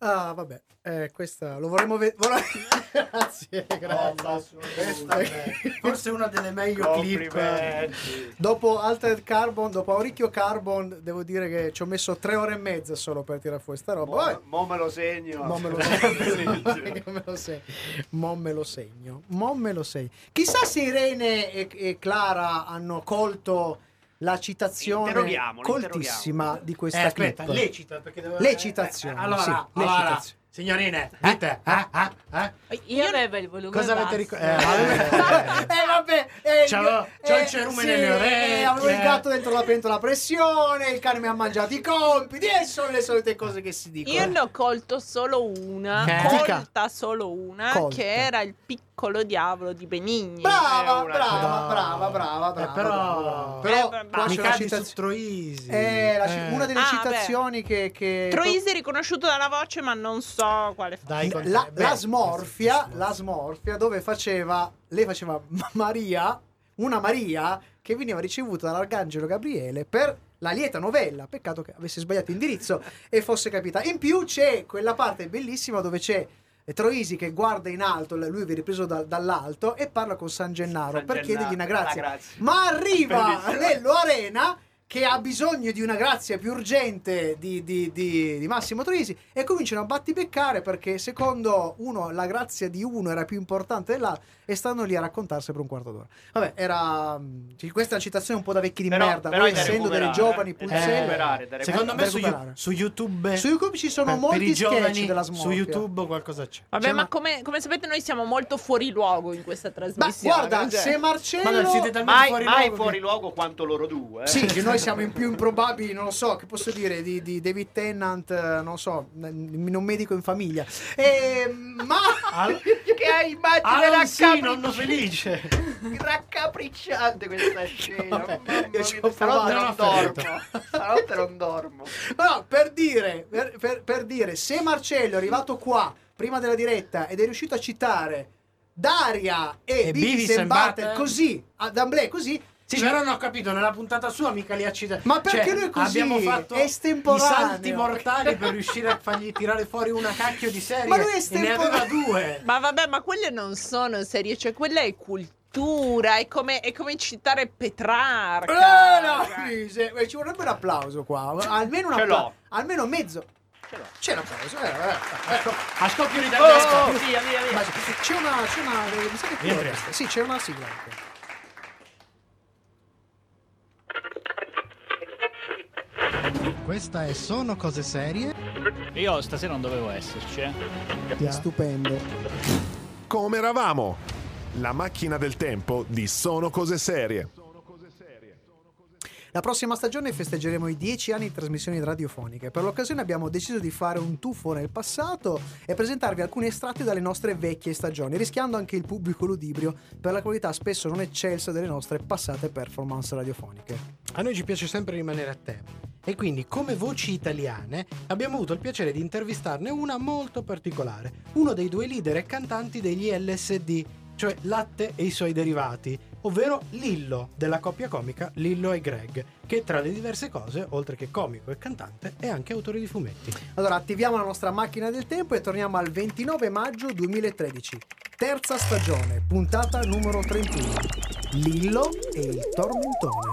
Speaker 1: Ah, vabbè, eh, questa lo vorremmo vedere. grazie, grazie. Eh, Questa è-
Speaker 4: Forse una delle meglio clip.
Speaker 1: Dopo Altered Carbon, dopo Auricchio Carbon, devo dire che ci ho messo tre ore e mezza solo per tirare fuori sta roba.
Speaker 2: Mo,
Speaker 1: Poi-
Speaker 2: mo me lo segno.
Speaker 1: Mo me lo
Speaker 2: Bellissimo.
Speaker 1: segno. me lo segno. Mo me lo segno. Mo me lo segno. Chissà se Irene e, e Clara hanno colto la citazione
Speaker 4: Interroghiamolo,
Speaker 1: coltissima di questa
Speaker 4: Eh, aspetta,
Speaker 1: clip.
Speaker 4: lecita perché devo...
Speaker 1: Le citazioni,
Speaker 4: Eh, allora,
Speaker 1: sì, le
Speaker 4: allora,
Speaker 1: citazioni.
Speaker 4: signorine, dite, eh, eh, eh?
Speaker 11: Io avevo il volume
Speaker 4: Cosa avete eh,
Speaker 11: basso.
Speaker 4: ricordato?
Speaker 1: Eh vabbè, eh,
Speaker 4: C'ho-
Speaker 1: io-
Speaker 4: c'ho il
Speaker 1: eh,
Speaker 4: cerume
Speaker 1: sì,
Speaker 4: nelle orecchie.
Speaker 1: eh, Avevo il gatto dentro la pentola a pressione, il cane mi ha mangiato i compiti e sono le solite cose che si dicono.
Speaker 3: Io ne ho colto solo una,
Speaker 1: Eh.
Speaker 3: colta solo una,
Speaker 1: Colta.
Speaker 3: che era il piccolo diavolo di Benigni.
Speaker 1: Brava, brava, brava, brava, brava.
Speaker 4: Eh, però-
Speaker 1: però
Speaker 3: Eh, beh,
Speaker 1: qua c'è
Speaker 3: mi
Speaker 1: una
Speaker 3: cadi
Speaker 1: citaz-
Speaker 4: su Troisi.
Speaker 1: Eh, la ci-
Speaker 4: Eh.
Speaker 1: una delle
Speaker 3: Ah,
Speaker 1: citazioni che, che-
Speaker 3: Troisi è riconosciuto dalla voce, ma non so quale fa.
Speaker 4: Dai, con-
Speaker 1: la,
Speaker 4: beh,
Speaker 1: la smorfia, la smorfia, dove faceva, lei faceva Ma- Maria, una Maria che veniva ricevuta dall'arcangelo Gabriele per la lieta novella. Peccato che avesse sbagliato indirizzo e fosse capita. In più c'è quella parte bellissima dove c'è Troisi che guarda in alto, lui viene preso da- dall'alto e parla con San Gennaro per chiedergli una grazia. Ma arriva
Speaker 2: Bellissimo.
Speaker 1: Lello Arena che ha bisogno di una grazia più urgente di, di- di- di Massimo Troisi e cominciano a battibeccare perché secondo uno la grazia di uno era più importante dell'altro e stanno lì a raccontarsi per un quarto d'ora. Vabbè, era... cioè, questa è una citazione un po' da vecchi di
Speaker 2: Però-
Speaker 1: merda,
Speaker 2: però
Speaker 1: noi
Speaker 2: è da
Speaker 1: essendo delle
Speaker 2: recuperare,
Speaker 1: giovani
Speaker 2: eh,
Speaker 1: pur
Speaker 2: è da
Speaker 1: sempre-
Speaker 2: recuperare, da
Speaker 4: Eh, Secondo me
Speaker 1: da
Speaker 4: su,
Speaker 1: recuperare.
Speaker 4: Yu- su YouTube...
Speaker 1: Su YouTube ci sono
Speaker 4: per- per
Speaker 1: molti
Speaker 4: i
Speaker 1: sketch
Speaker 4: giovani,
Speaker 1: della
Speaker 4: Su
Speaker 1: smorfia.
Speaker 4: YouTube qualcosa c'è.
Speaker 3: Vabbè,
Speaker 4: C'è
Speaker 3: ma
Speaker 4: una-
Speaker 3: come, come sapete noi siamo molto fuori luogo in questa
Speaker 1: Cioè, Ma
Speaker 3: trasmissione.
Speaker 1: guarda,
Speaker 3: cioè.
Speaker 1: se Marcello...
Speaker 4: Ma non siete
Speaker 2: Mai,
Speaker 1: fuori
Speaker 2: mai
Speaker 1: luogo che-
Speaker 2: fuori luogo quanto loro due. eh.
Speaker 1: Sì, che noi siamo i più improbabili, non lo so, che posso dire, di, di David Tennant, eh, non lo so, n- non medico in famiglia. Ehm, ma...
Speaker 2: che hai immagine
Speaker 1: Ah,
Speaker 4: Alan sì,
Speaker 2: raccapricciante.
Speaker 4: nonno felice.
Speaker 2: raccapricciante questa scena. Mamma mia,
Speaker 1: ci ho provato,
Speaker 2: stanotte non
Speaker 1: non ho finito.
Speaker 2: dormo. Stanotte non dormo.
Speaker 1: No, per dire, per, per- per dire, se Marcello è arrivato qua prima della diretta ed è riuscito a citare Daria e,
Speaker 4: E
Speaker 1: Beavis
Speaker 4: Beavis
Speaker 1: and
Speaker 4: and
Speaker 1: Butthead
Speaker 4: Butthead.
Speaker 1: così, a D'Amblè così...
Speaker 4: Sì, però non ho capito, nella puntata sua mica li ha citati.
Speaker 1: Ma perché
Speaker 4: Cioè,
Speaker 1: lui è così?
Speaker 4: Abbiamo fatto
Speaker 1: È estemporaneo.
Speaker 4: i salti mortali per riuscire a fargli tirare fuori una cacchio di serie.
Speaker 3: Ma lui è
Speaker 4: e ne aveva due.
Speaker 3: Ma vabbè, ma quelle non sono serie, cioè quella è cultura, è come, è come citare Petrarca.
Speaker 1: Eh, no, sì, se- eh, ci vorrebbe un applauso qua, almeno, un
Speaker 3: Ce
Speaker 1: appla-
Speaker 3: l'ho.
Speaker 1: almeno mezzo. C'è l'applauso, eh, eh, eh.
Speaker 4: A scoppio di
Speaker 1: Oh,
Speaker 4: tedesca.
Speaker 1: via, via, via. Ma c'è- c'è una. C'è una eh, mi sa che
Speaker 4: Vieni,
Speaker 1: è
Speaker 4: presto.
Speaker 1: Sì, c'è una sigla. anche.
Speaker 4: Questa è Sono cose serie.
Speaker 19: Io stasera non dovevo esserci, eh.
Speaker 1: Stupendo.
Speaker 5: Come eravamo? La macchina del tempo di Sono cose serie.
Speaker 1: La prossima stagione festeggeremo i 10 anni di trasmissioni radiofoniche. Per l'occasione abbiamo deciso di fare un tuffo nel passato e presentarvi alcuni estratti dalle nostre vecchie stagioni, rischiando anche il pubblico ludibrio per la qualità spesso non eccelsa delle nostre passate performance radiofoniche.
Speaker 4: A noi ci piace sempre rimanere a tema. E quindi, come voci italiane, abbiamo avuto il piacere di intervistarne una molto particolare, uno dei due leader e cantanti degli LSD, cioè Latte e i suoi derivati, ovvero Lillo, della coppia comica Lillo e Greg, che tra le diverse cose, oltre che comico e cantante, è anche autore di fumetti.
Speaker 1: Allora, attiviamo la nostra macchina del tempo e torniamo al 29 maggio 2013, terza stagione, puntata numero 31. Lillo e il tormentone.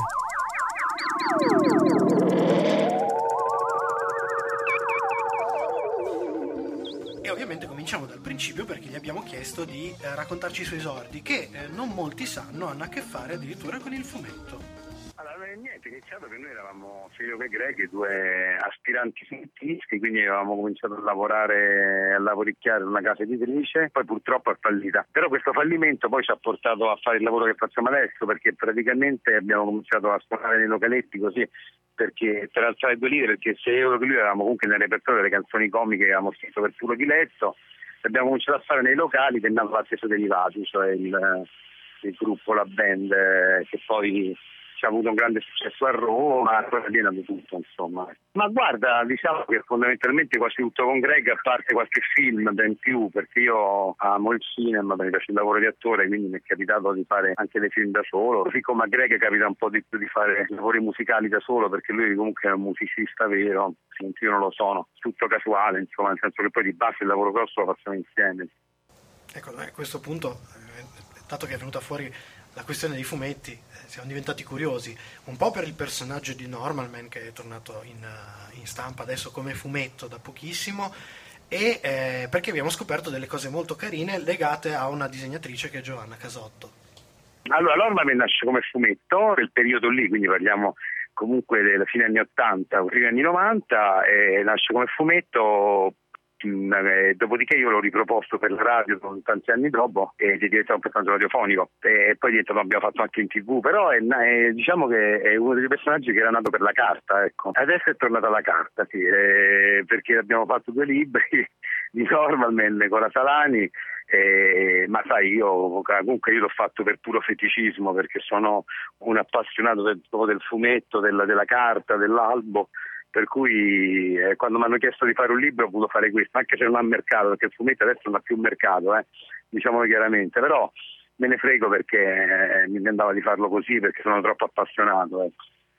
Speaker 4: E ovviamente cominciamo dal principio perché gli abbiamo chiesto di eh, raccontarci i suoi esordi, che eh, non molti sanno hanno a che fare addirittura con il fumetto.
Speaker 6: Allora, eh, niente, è iniziato che noi eravamo Filippo e Greg, due aspiranti fumettisti, quindi avevamo cominciato a lavorare, a lavoricchiare in una casa editrice, poi purtroppo è fallita. Però questo fallimento poi ci ha portato a fare il lavoro che facciamo adesso, perché praticamente abbiamo cominciato a suonare nei localetti così, perché per alzare due lire, perché se io e lui avevamo comunque nel repertorio delle canzoni comiche che avevamo scritto per Puro Chiletto, abbiamo cominciato a fare nei locali che andavano a stesso derivati, cioè il, eh, il gruppo, la band, eh, che poi ha avuto un grande successo a Roma, poi viene di tutto insomma. Ma guarda, diciamo che fondamentalmente quasi tutto con Greg, a parte qualche film ben più, perché io amo il cinema, mi piace il lavoro di attore, quindi mi è capitato di fare anche dei film da solo, così come a Greg capita un po' di più di fare lavori musicali da solo, perché lui comunque è un musicista vero, io non lo sono, tutto casuale, insomma, nel senso che poi di base il lavoro grosso lo facciamo insieme.
Speaker 4: Ecco, a questo punto, eh, dato che è venuta fuori la questione dei fumetti, eh, siamo diventati curiosi, un po' per il personaggio di Normalman che è tornato in, eh, in stampa adesso come fumetto da pochissimo e eh, perché abbiamo scoperto delle cose molto carine legate a una disegnatrice che è Giovanna Casotto.
Speaker 6: Allora, l'Ornamen nasce come fumetto, quel periodo lì, quindi parliamo comunque della fine anni 80, primi anni 90, nasce come fumetto mm, eh, dopodiché io l'ho riproposto per la radio tanti anni dopo e si diventa un personaggio radiofonico e poi diventa, abbiamo fatto anche in tv però è, è, diciamo che è uno dei personaggi che era nato per la carta ecco. adesso è tornata la carta sì, eh, perché abbiamo fatto due libri di Normalman con la Salani eh, ma sai, io comunque io l'ho fatto per puro feticismo perché sono un appassionato del, del fumetto, della, della carta, dell'albo per cui eh, quando mi hanno chiesto di fare un libro ho voluto fare questo, anche se non ha mercato, perché il fumetto adesso non ha più mercato, eh, diciamolo chiaramente, però me ne frego perché eh, mi andava di farlo così, perché sono troppo appassionato. Eh.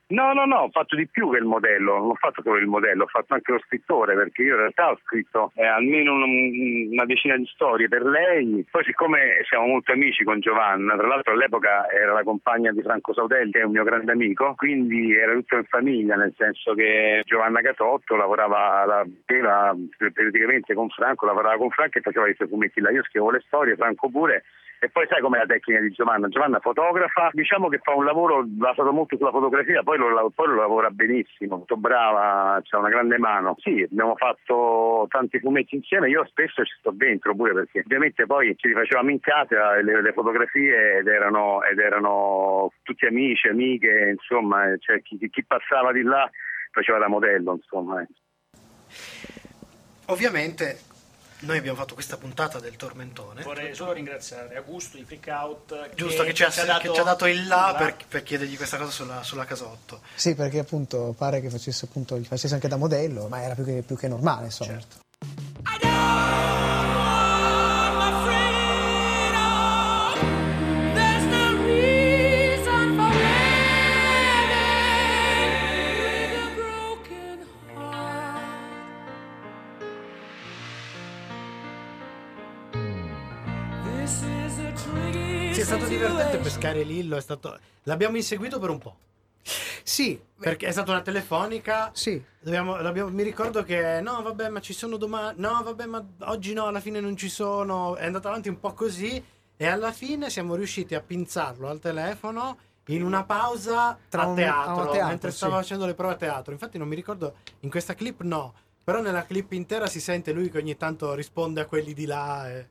Speaker 6: No, no, no, ho fatto di più che il modello, non ho fatto solo il modello, ho fatto anche lo scrittore, perché io in realtà ho scritto eh, almeno un, una decina di storie per lei, poi siccome siamo molto amici con Giovanna, tra l'altro all'epoca era la compagna di Franco Saudelli, che è un mio grande amico, quindi era tutto in famiglia, nel senso che Giovanna Catotto lavorava la tela periodicamente con Franco, lavorava con Franco e faceva i suoi fumetti là, io scrivo le storie, Franco pure, e poi sai com'è la tecnica di Giovanna? Giovanna fotografa, diciamo che fa un lavoro basato molto sulla fotografia, poi lo, poi lo lavora benissimo, molto brava, c'ha una grande mano. Sì, abbiamo fatto tanti fumetti insieme, io spesso ci sto dentro pure perché ovviamente poi ci rifacevamo in casa le, le fotografie ed erano, ed erano, tutti amici, amiche, insomma, cioè chi, chi passava di là faceva da modello, insomma. eh.
Speaker 4: Ovviamente noi abbiamo fatto questa puntata del tormentone.
Speaker 19: Vorrei solo ringraziare Augusto di Freak Out.
Speaker 4: Giusto, che, ci, ha, che ci ha dato il
Speaker 2: Esatto.
Speaker 4: là, là. Per, per, chiedergli questa cosa sulla, sulla, casotto.
Speaker 1: Sì, perché appunto pare che facesse, appunto, facesse anche da modello, ma era più che, più che normale, insomma. Certo.
Speaker 4: Sì, è stato divertente pescare Lillo, è stato... l'abbiamo inseguito per un po'.
Speaker 1: Sì,
Speaker 4: Perché è stata una telefonica.
Speaker 1: Sì.
Speaker 4: Dobbiamo, l'abbiamo- mi ricordo che no, vabbè, ma ci sono domani. No, vabbè, ma oggi no, alla fine non ci sono. È andata avanti un po' così. E alla fine siamo riusciti a pinzarlo al telefono in una pausa
Speaker 1: Tra
Speaker 4: a
Speaker 1: un-
Speaker 4: teatro,
Speaker 1: a teatro,
Speaker 4: mentre
Speaker 1: sì.
Speaker 4: stava facendo le prove a teatro. Infatti, non mi ricordo in questa clip, no. Però nella clip intera si sente lui che ogni tanto risponde a quelli di là. e-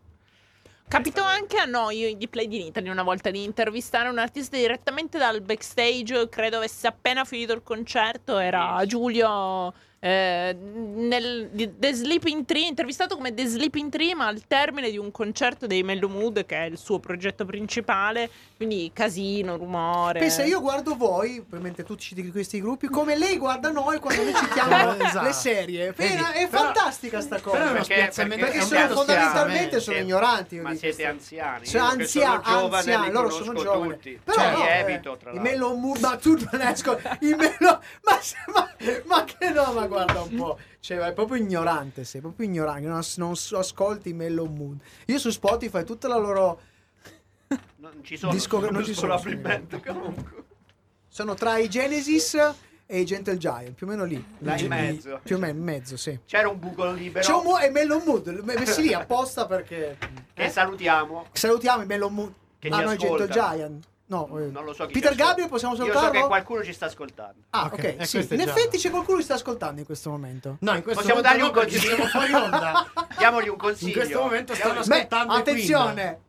Speaker 3: Capitò anche a noi di Play in Italy una volta di intervistare un artista direttamente dal backstage, credo avesse appena finito il concerto, era Giulio eh, nel, di- The Sleeping Tree, intervistato come The Sleeping Tree, ma al termine di un concerto dei Mellow Mood, che è il suo progetto principale, quindi casino,
Speaker 4: Eh.
Speaker 3: rumore.
Speaker 1: Pensa, io guardo voi, ovviamente tutti ci di questi gruppi, come lei guarda noi quando noi citiamo
Speaker 4: Esatto.
Speaker 1: le serie.
Speaker 4: Vedi,
Speaker 1: Però è
Speaker 4: però-
Speaker 1: fantastica sta cosa.
Speaker 4: però è uno
Speaker 1: perché
Speaker 4: spiazzamento-
Speaker 1: perché
Speaker 4: è un
Speaker 1: sono
Speaker 4: piano
Speaker 1: fondamentalmente
Speaker 4: spiazzamento.
Speaker 1: sono ignoranti. io
Speaker 2: Ma
Speaker 1: dico.
Speaker 2: siete anziani.
Speaker 1: Cioè,
Speaker 2: io che
Speaker 1: anzia-
Speaker 2: sono giovane,
Speaker 1: anziani,
Speaker 2: li
Speaker 1: loro sono
Speaker 2: conosco
Speaker 1: giovani.
Speaker 2: tutti.
Speaker 1: Però
Speaker 2: Cioè,
Speaker 1: no,
Speaker 2: li
Speaker 1: eh,
Speaker 2: evito, tra
Speaker 1: i
Speaker 2: l'altro.
Speaker 1: Melo Mood, ma tu non esco, i Melo, ma, se- ma, ma che no, ma guarda un po', cioè è proprio ignorante, sei proprio ignorante, non, as- non so- ascolti i Melo Mood. Io su Spotify tutta la loro
Speaker 2: Non ci sono.
Speaker 1: Disco- non ci sono,
Speaker 2: Probabilmente comunque.
Speaker 1: sono tra i Genesis e i Gentle Giant, più o meno lì.
Speaker 2: Là in
Speaker 1: Gen-
Speaker 2: mezzo.
Speaker 1: Più o meno in mezzo, sì.
Speaker 2: C'era un buco libero.
Speaker 1: C'è un mu- e Melo Mood, me- messi lì apposta perché Eh?
Speaker 2: Che salutiamo.
Speaker 1: salutiamo i Melo Mood.
Speaker 2: Che
Speaker 1: Ah,
Speaker 2: ci
Speaker 1: no, i Gentle
Speaker 2: ascoltano.
Speaker 1: Giant. No, eh.
Speaker 2: Non lo so chi
Speaker 1: Peter
Speaker 2: ci ascolta.
Speaker 1: Gabriel possiamo
Speaker 2: Io so
Speaker 1: salutarlo?
Speaker 2: che qualcuno ci sta ascoltando.
Speaker 1: Ah, ok.
Speaker 4: Ok, eh,
Speaker 1: sì.
Speaker 4: questo è
Speaker 1: In
Speaker 4: già-
Speaker 1: effetti c'è qualcuno che sta ascoltando in questo momento.
Speaker 4: No, in questo
Speaker 2: Possiamo dargli
Speaker 4: momento
Speaker 2: un
Speaker 4: no, perché siamo
Speaker 2: consiglio.
Speaker 4: fuori onda.
Speaker 2: Diamogli un consiglio.
Speaker 4: In questo momento stanno
Speaker 2: Diamogli-
Speaker 1: Beh,
Speaker 4: ascoltando Ah. i
Speaker 1: attenzione.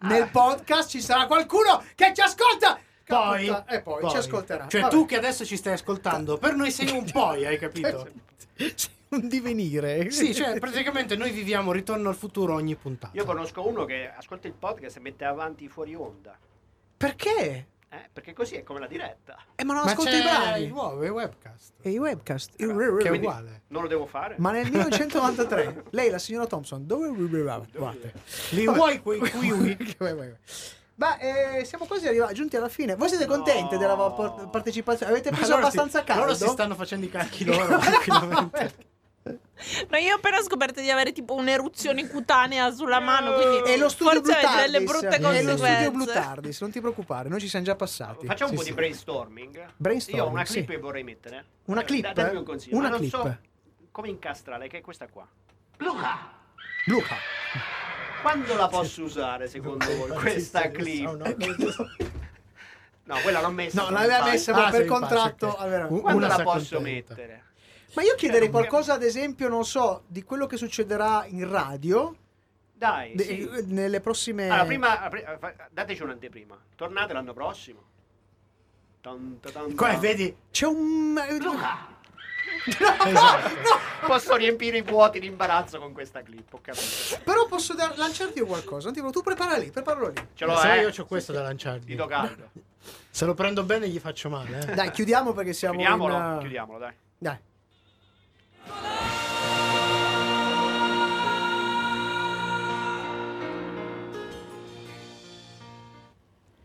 Speaker 1: Nel podcast ci sarà qualcuno che ci ascolta.
Speaker 4: Poi,
Speaker 1: Caputa- e poi, ci ascolterà.
Speaker 4: Cioè,
Speaker 1: Vabbè.
Speaker 4: tu che adesso ci stai ascoltando, per noi sei un poi, hai capito?
Speaker 1: Cioè, un divenire.
Speaker 4: Sì, cioè, praticamente noi viviamo Ritorno al futuro ogni puntata.
Speaker 2: Io conosco uno che ascolta il podcast e mette avanti i fuori onda.
Speaker 1: Perché?
Speaker 2: Eh, perché così è come la diretta.
Speaker 1: Eh, ma non
Speaker 4: Ma
Speaker 1: ascolti
Speaker 4: c'è
Speaker 1: i brani.
Speaker 4: il nuovo, il webcast.
Speaker 1: E i webcast.
Speaker 4: Che è uguale.
Speaker 2: Non lo devo fare.
Speaker 1: Ma nel 1993, lei, la signora Thompson, dove Guardate.
Speaker 4: Li
Speaker 1: Vabbè.
Speaker 4: vuoi quei kiwi?
Speaker 1: Vai, vai, vai. Ma eh, siamo quasi arrivati, giunti alla fine. Voi siete contenti della por- partecipazione? Avete
Speaker 4: Ma
Speaker 1: preso
Speaker 4: loro si-
Speaker 1: abbastanza caldo?
Speaker 4: Loro si stanno facendo i cacchi loro. tranquillamente.
Speaker 3: No, io ho appena scoperto di avere tipo un'eruzione cutanea sulla mano, quindi
Speaker 1: È Eh, lo studio
Speaker 3: forse avete
Speaker 1: Blutardis.
Speaker 3: delle brutte
Speaker 1: È lo studio
Speaker 3: conseguenze.
Speaker 1: Blutardis, non ti preoccupare, noi ci siamo già passati.
Speaker 2: Facciamo
Speaker 1: Sì,
Speaker 2: un po'
Speaker 1: sì.
Speaker 2: di brainstorming.
Speaker 1: Brainstorming,
Speaker 2: Io ho una
Speaker 1: sì.
Speaker 2: clip che vorrei mettere.
Speaker 1: Una
Speaker 2: Eh,
Speaker 1: clip,
Speaker 2: da- dammi
Speaker 1: eh?
Speaker 2: un consiglio.
Speaker 1: Una
Speaker 2: ma non
Speaker 1: clip.
Speaker 2: so come incastrare, che è questa qua.
Speaker 1: Luca.
Speaker 2: Quando la posso usare, secondo voi, questa clip? No, quella l'ho messa.
Speaker 1: No, l'aveva messa ma
Speaker 2: Ah,
Speaker 1: per
Speaker 2: sì,
Speaker 1: contratto.
Speaker 2: infatti, ok.
Speaker 1: allora.
Speaker 2: Quando la posso mettere?
Speaker 1: Ma io
Speaker 2: certo,
Speaker 1: chiederei qualcosa, ad esempio, non so, di quello che succederà in radio
Speaker 2: Dai,
Speaker 1: de- eh.
Speaker 2: sì.
Speaker 1: nelle prossime.
Speaker 2: Allora, prima, pre- fa- dateci un'anteprima. Tornate l'anno prossimo. Tan, ta, tan,
Speaker 4: Qua
Speaker 2: tan.
Speaker 4: vedi,
Speaker 1: C'è un.
Speaker 2: Posso riempire i vuoti di imbarazzo con questa clip, ho capito.
Speaker 1: Però posso dar- lanciarti io qualcosa. non ti preoccupare, Tu prepara lì, preparalo lì.
Speaker 2: Ce l'ho,
Speaker 4: Lo sai,
Speaker 2: eh.
Speaker 4: io c'ho questo da lanciargli.
Speaker 2: Dito caldo.
Speaker 4: Se lo prendo bene gli faccio male. eh.
Speaker 1: Dai, chiudiamo perché siamo.
Speaker 2: Chiudiamolo,
Speaker 1: in, uh,
Speaker 2: chiudiamolo, dai.
Speaker 1: Dai.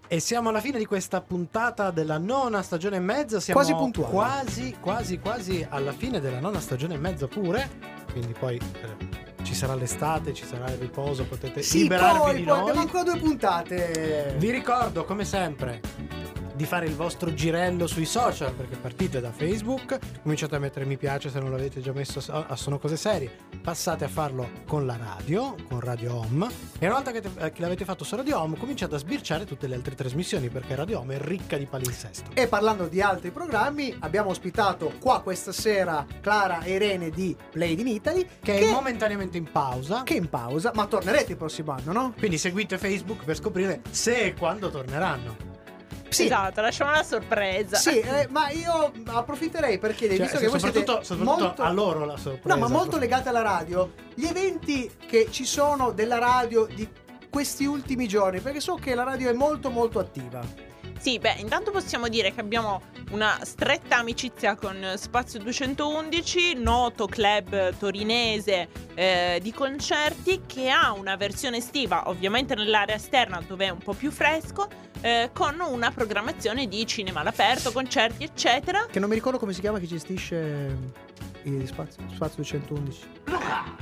Speaker 4: E siamo alla fine di questa puntata della nona stagione e mezza. Siamo
Speaker 1: Quasi puntuali.
Speaker 4: Quasi, quasi, quasi alla fine della nona stagione e mezza pure. Quindi poi eh, ci sarà l'estate, ci sarà il riposo, potete
Speaker 1: Sì,
Speaker 4: liberarvi
Speaker 1: poi,
Speaker 4: di
Speaker 1: poi
Speaker 4: noi.
Speaker 1: abbiamo ancora due puntate.
Speaker 4: Vi ricordo, come sempre, di fare il vostro girello sui social, perché partite da Facebook, cominciate a mettere mi piace se non l'avete già messo a a Sono Cose Serie, passate a farlo con la radio, con Radio Home, e una volta che, te- eh, che l'avete fatto su Radio Home cominciate a sbirciare tutte le altre trasmissioni, perché Radio Home è ricca di palinsesto.
Speaker 1: E parlando di altri programmi, abbiamo ospitato qua questa sera Clara e Irene di Played in Italy,
Speaker 4: Che,
Speaker 1: Che-
Speaker 4: è momentaneamente in pausa,
Speaker 1: che è in pausa, ma tornerete il prossimo anno, no?
Speaker 4: quindi seguite Facebook per scoprire se e quando torneranno.
Speaker 1: Sì.
Speaker 3: Esatto, lasciamo la sorpresa.
Speaker 1: Sì, eh, ma io approfitterei per chiedere,
Speaker 4: Cioè,
Speaker 1: visto che voi siete
Speaker 4: soprattutto soprattutto
Speaker 1: molto...
Speaker 4: a loro la sorpresa.
Speaker 1: No, ma molto legate alla radio, gli eventi che ci sono della radio di questi ultimi giorni, perché so che la radio è molto molto attiva.
Speaker 3: Sì, beh, intanto possiamo dire che abbiamo una stretta amicizia con Spazio 211, noto club torinese eh, di concerti che ha una versione estiva, ovviamente nell'area esterna dove è un po' più fresco, eh, con una programmazione di cinema all'aperto, concerti, eccetera.
Speaker 1: Che non mi ricordo come si chiama chi gestisce eh, Spazio, Spazio 211.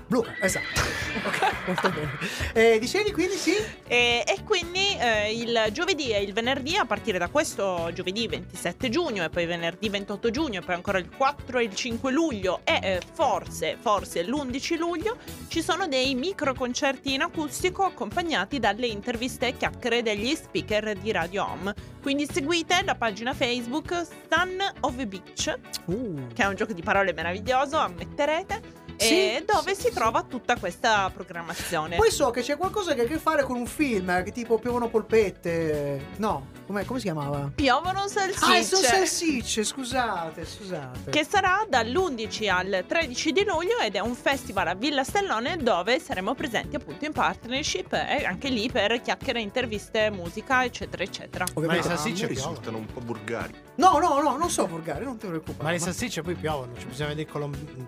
Speaker 1: Luca, esatto. ok, molto bene. Eh, dicevi quindi sì?
Speaker 3: E, e quindi eh, il giovedì e il venerdì, a partire da questo giovedì 27 giugno e poi venerdì 28 giugno e poi ancora il 4 e il 5 luglio e eh, forse, forse l'11 luglio, ci sono dei micro concerti in acustico accompagnati dalle interviste e chiacchiere degli speaker di Radio Home. Quindi seguite la pagina Facebook Sun of a Beach,
Speaker 1: Uh.
Speaker 3: che è un gioco di parole meraviglioso, ammetterete. e dove si trova tutta questa programmazione.
Speaker 1: Poi so che c'è qualcosa che ha a che fare con un film, eh, che tipo piovono polpette. No, com'è- come si chiamava?
Speaker 3: Piovono salsicce.
Speaker 1: Ah, e sono salsicce, scusate, scusate.
Speaker 3: Che sarà dall'11 al 13 di luglio ed è un festival a Villa Stellone dove saremo presenti appunto in partnership e anche lì per chiacchiere, interviste, musica, eccetera, eccetera.
Speaker 4: Ma le salsicce piovono.
Speaker 5: risultano un po' burgari.
Speaker 1: No, no, no, non so volgare, non ti preoccupare.
Speaker 4: Ma le salsicce poi piovono, ci bisogna vedere con l'om-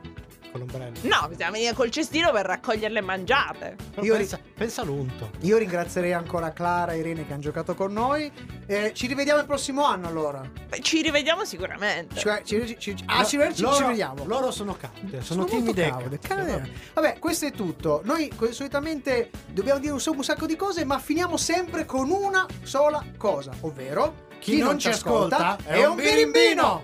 Speaker 4: con l'ombrello.
Speaker 3: No, bisogna venire col cestino per raccoglierle mangiate.
Speaker 4: Però
Speaker 1: Io ri-
Speaker 4: pensa, pensa all'unto.
Speaker 1: Io ringrazierei ancora Clara e Irene che hanno giocato con noi. Eh, ci rivediamo il prossimo anno allora.
Speaker 3: Beh, Ci rivediamo sicuramente.
Speaker 1: Cioè, ci- ci- ci- ah, ci, ci- ci
Speaker 4: Loro-
Speaker 1: rivediamo.
Speaker 4: Loro sono caude, sono,
Speaker 1: molto
Speaker 4: timide. e
Speaker 1: caude,
Speaker 4: caude.
Speaker 1: caude. Cioè, Vabbè, questo è tutto. Noi co- solitamente dobbiamo dire un, so- un sacco di cose, ma finiamo sempre con una sola cosa, ovvero
Speaker 4: Chi non ci ascolta è un birimbino.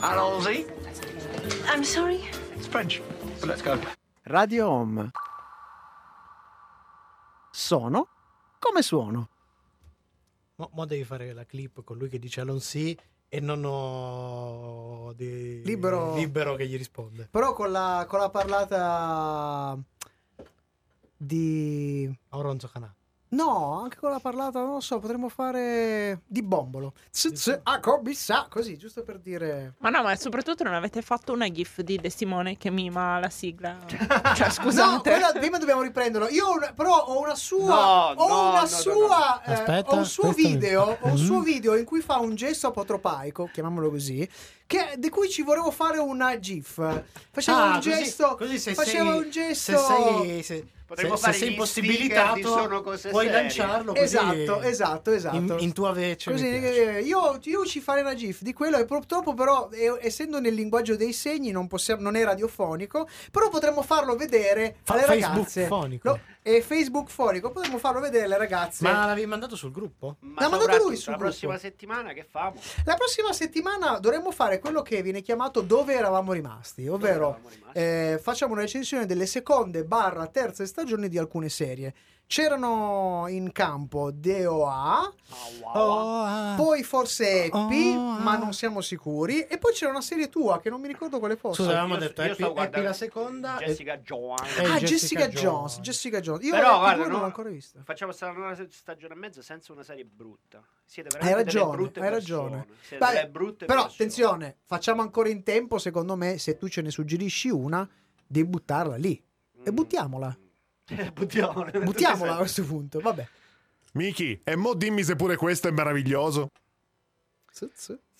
Speaker 15: Allons-y.
Speaker 13: I'm sorry.
Speaker 15: It's French. Let's go.
Speaker 2: Radio Home. Sono come suono.
Speaker 4: Mo, mo devi fare la clip con lui che dice Alon sì e non ho di-
Speaker 1: Libero.
Speaker 4: libero che gli risponde.
Speaker 1: Però con la, con la parlata di...
Speaker 4: Auronzo Canà.
Speaker 1: No, anche con la parlata, non lo so, potremmo fare di bombolo. Ts- ts- a comissa, così, giusto per dire...
Speaker 3: Ma no, ma soprattutto non avete fatto una gif di De Simone che mima la sigla. Cioè, scusate.
Speaker 1: No, quella prima dobbiamo riprenderlo. Io ho una- però ho una sua,
Speaker 2: No,
Speaker 1: ho
Speaker 2: no,
Speaker 1: una
Speaker 2: no, no,
Speaker 1: sua, eh,
Speaker 4: no. Aspetta,
Speaker 1: ho un suo
Speaker 4: questo mi-
Speaker 1: video, ho un
Speaker 4: Mm.
Speaker 1: suo video in cui fa un gesto apotropaico, chiamiamolo così, che, di cui ci volevo fare una gif. Faceva
Speaker 4: Ah,
Speaker 1: un
Speaker 4: così-
Speaker 1: gesto,
Speaker 4: così se
Speaker 1: faceva
Speaker 4: sei-
Speaker 1: un gesto
Speaker 4: Se sei, se,
Speaker 2: Potremmo
Speaker 4: se- se
Speaker 2: fare
Speaker 4: sei
Speaker 2: gli
Speaker 4: impossibilitato,
Speaker 2: sticker di sono cose
Speaker 4: puoi
Speaker 2: serie.
Speaker 4: lanciarlo così
Speaker 1: Esatto, esatto, esatto.
Speaker 4: In, in tua vece.
Speaker 1: Così,
Speaker 4: mi piace.
Speaker 1: eh, io, io ci farei una GIF di quello e purtroppo però, eh, essendo nel linguaggio dei segni, non, possiamo, non è radiofonico, però potremmo farlo vedere
Speaker 4: Fa-
Speaker 1: alle
Speaker 4: Facebook
Speaker 1: ragazze.
Speaker 4: fonico.
Speaker 1: e Facebook fonico, potremmo farlo vedere alle ragazze.
Speaker 4: Ma l'avevi mandato sul gruppo?
Speaker 1: L'ha mandato
Speaker 2: soprattutto
Speaker 1: lui sul
Speaker 2: La
Speaker 1: gruppo.
Speaker 2: prossima settimana che famo?
Speaker 1: La prossima settimana dovremmo fare quello che viene chiamato dove eravamo rimasti, ovvero
Speaker 2: eravamo
Speaker 1: eh, facciamo una recensione delle seconde barra terze stagioni di alcune serie. C'erano in campo DOA,
Speaker 4: Oh, ah.
Speaker 1: poi forse Happy,
Speaker 4: Oh, ah.
Speaker 1: ma non siamo sicuri, e poi c'era una serie tua che non mi ricordo quale fosse.
Speaker 4: Scusa, avevamo
Speaker 2: Io-
Speaker 4: detto
Speaker 2: io
Speaker 4: Happy,
Speaker 2: sto
Speaker 4: Happy
Speaker 2: guardando
Speaker 4: la seconda. e-
Speaker 2: Jessica Joan.
Speaker 4: e
Speaker 1: Ah, Jessica, Jones.
Speaker 4: Jones.
Speaker 1: Jessica Jones. Io
Speaker 2: Però
Speaker 1: Happy
Speaker 2: guarda,
Speaker 1: due non
Speaker 2: no,
Speaker 1: l'ho ancora vista.
Speaker 2: facciamo stare una stagione e mezza senza una serie brutta. Siete
Speaker 1: Hai
Speaker 2: veramente delle
Speaker 1: ragione,
Speaker 2: brutte
Speaker 1: hai
Speaker 2: persone.
Speaker 1: ragione.
Speaker 2: Siete
Speaker 1: Dai,
Speaker 2: delle brutte
Speaker 1: però
Speaker 2: persone.
Speaker 1: attenzione, facciamo ancora in tempo, secondo me, se tu ce ne suggerisci una, di buttarla lì. E buttiamola.
Speaker 2: Mm. Buttiamola.
Speaker 1: Buttiamola a questo punto, vabbè.
Speaker 5: Miki, e mo dimmi se pure questo è meraviglioso.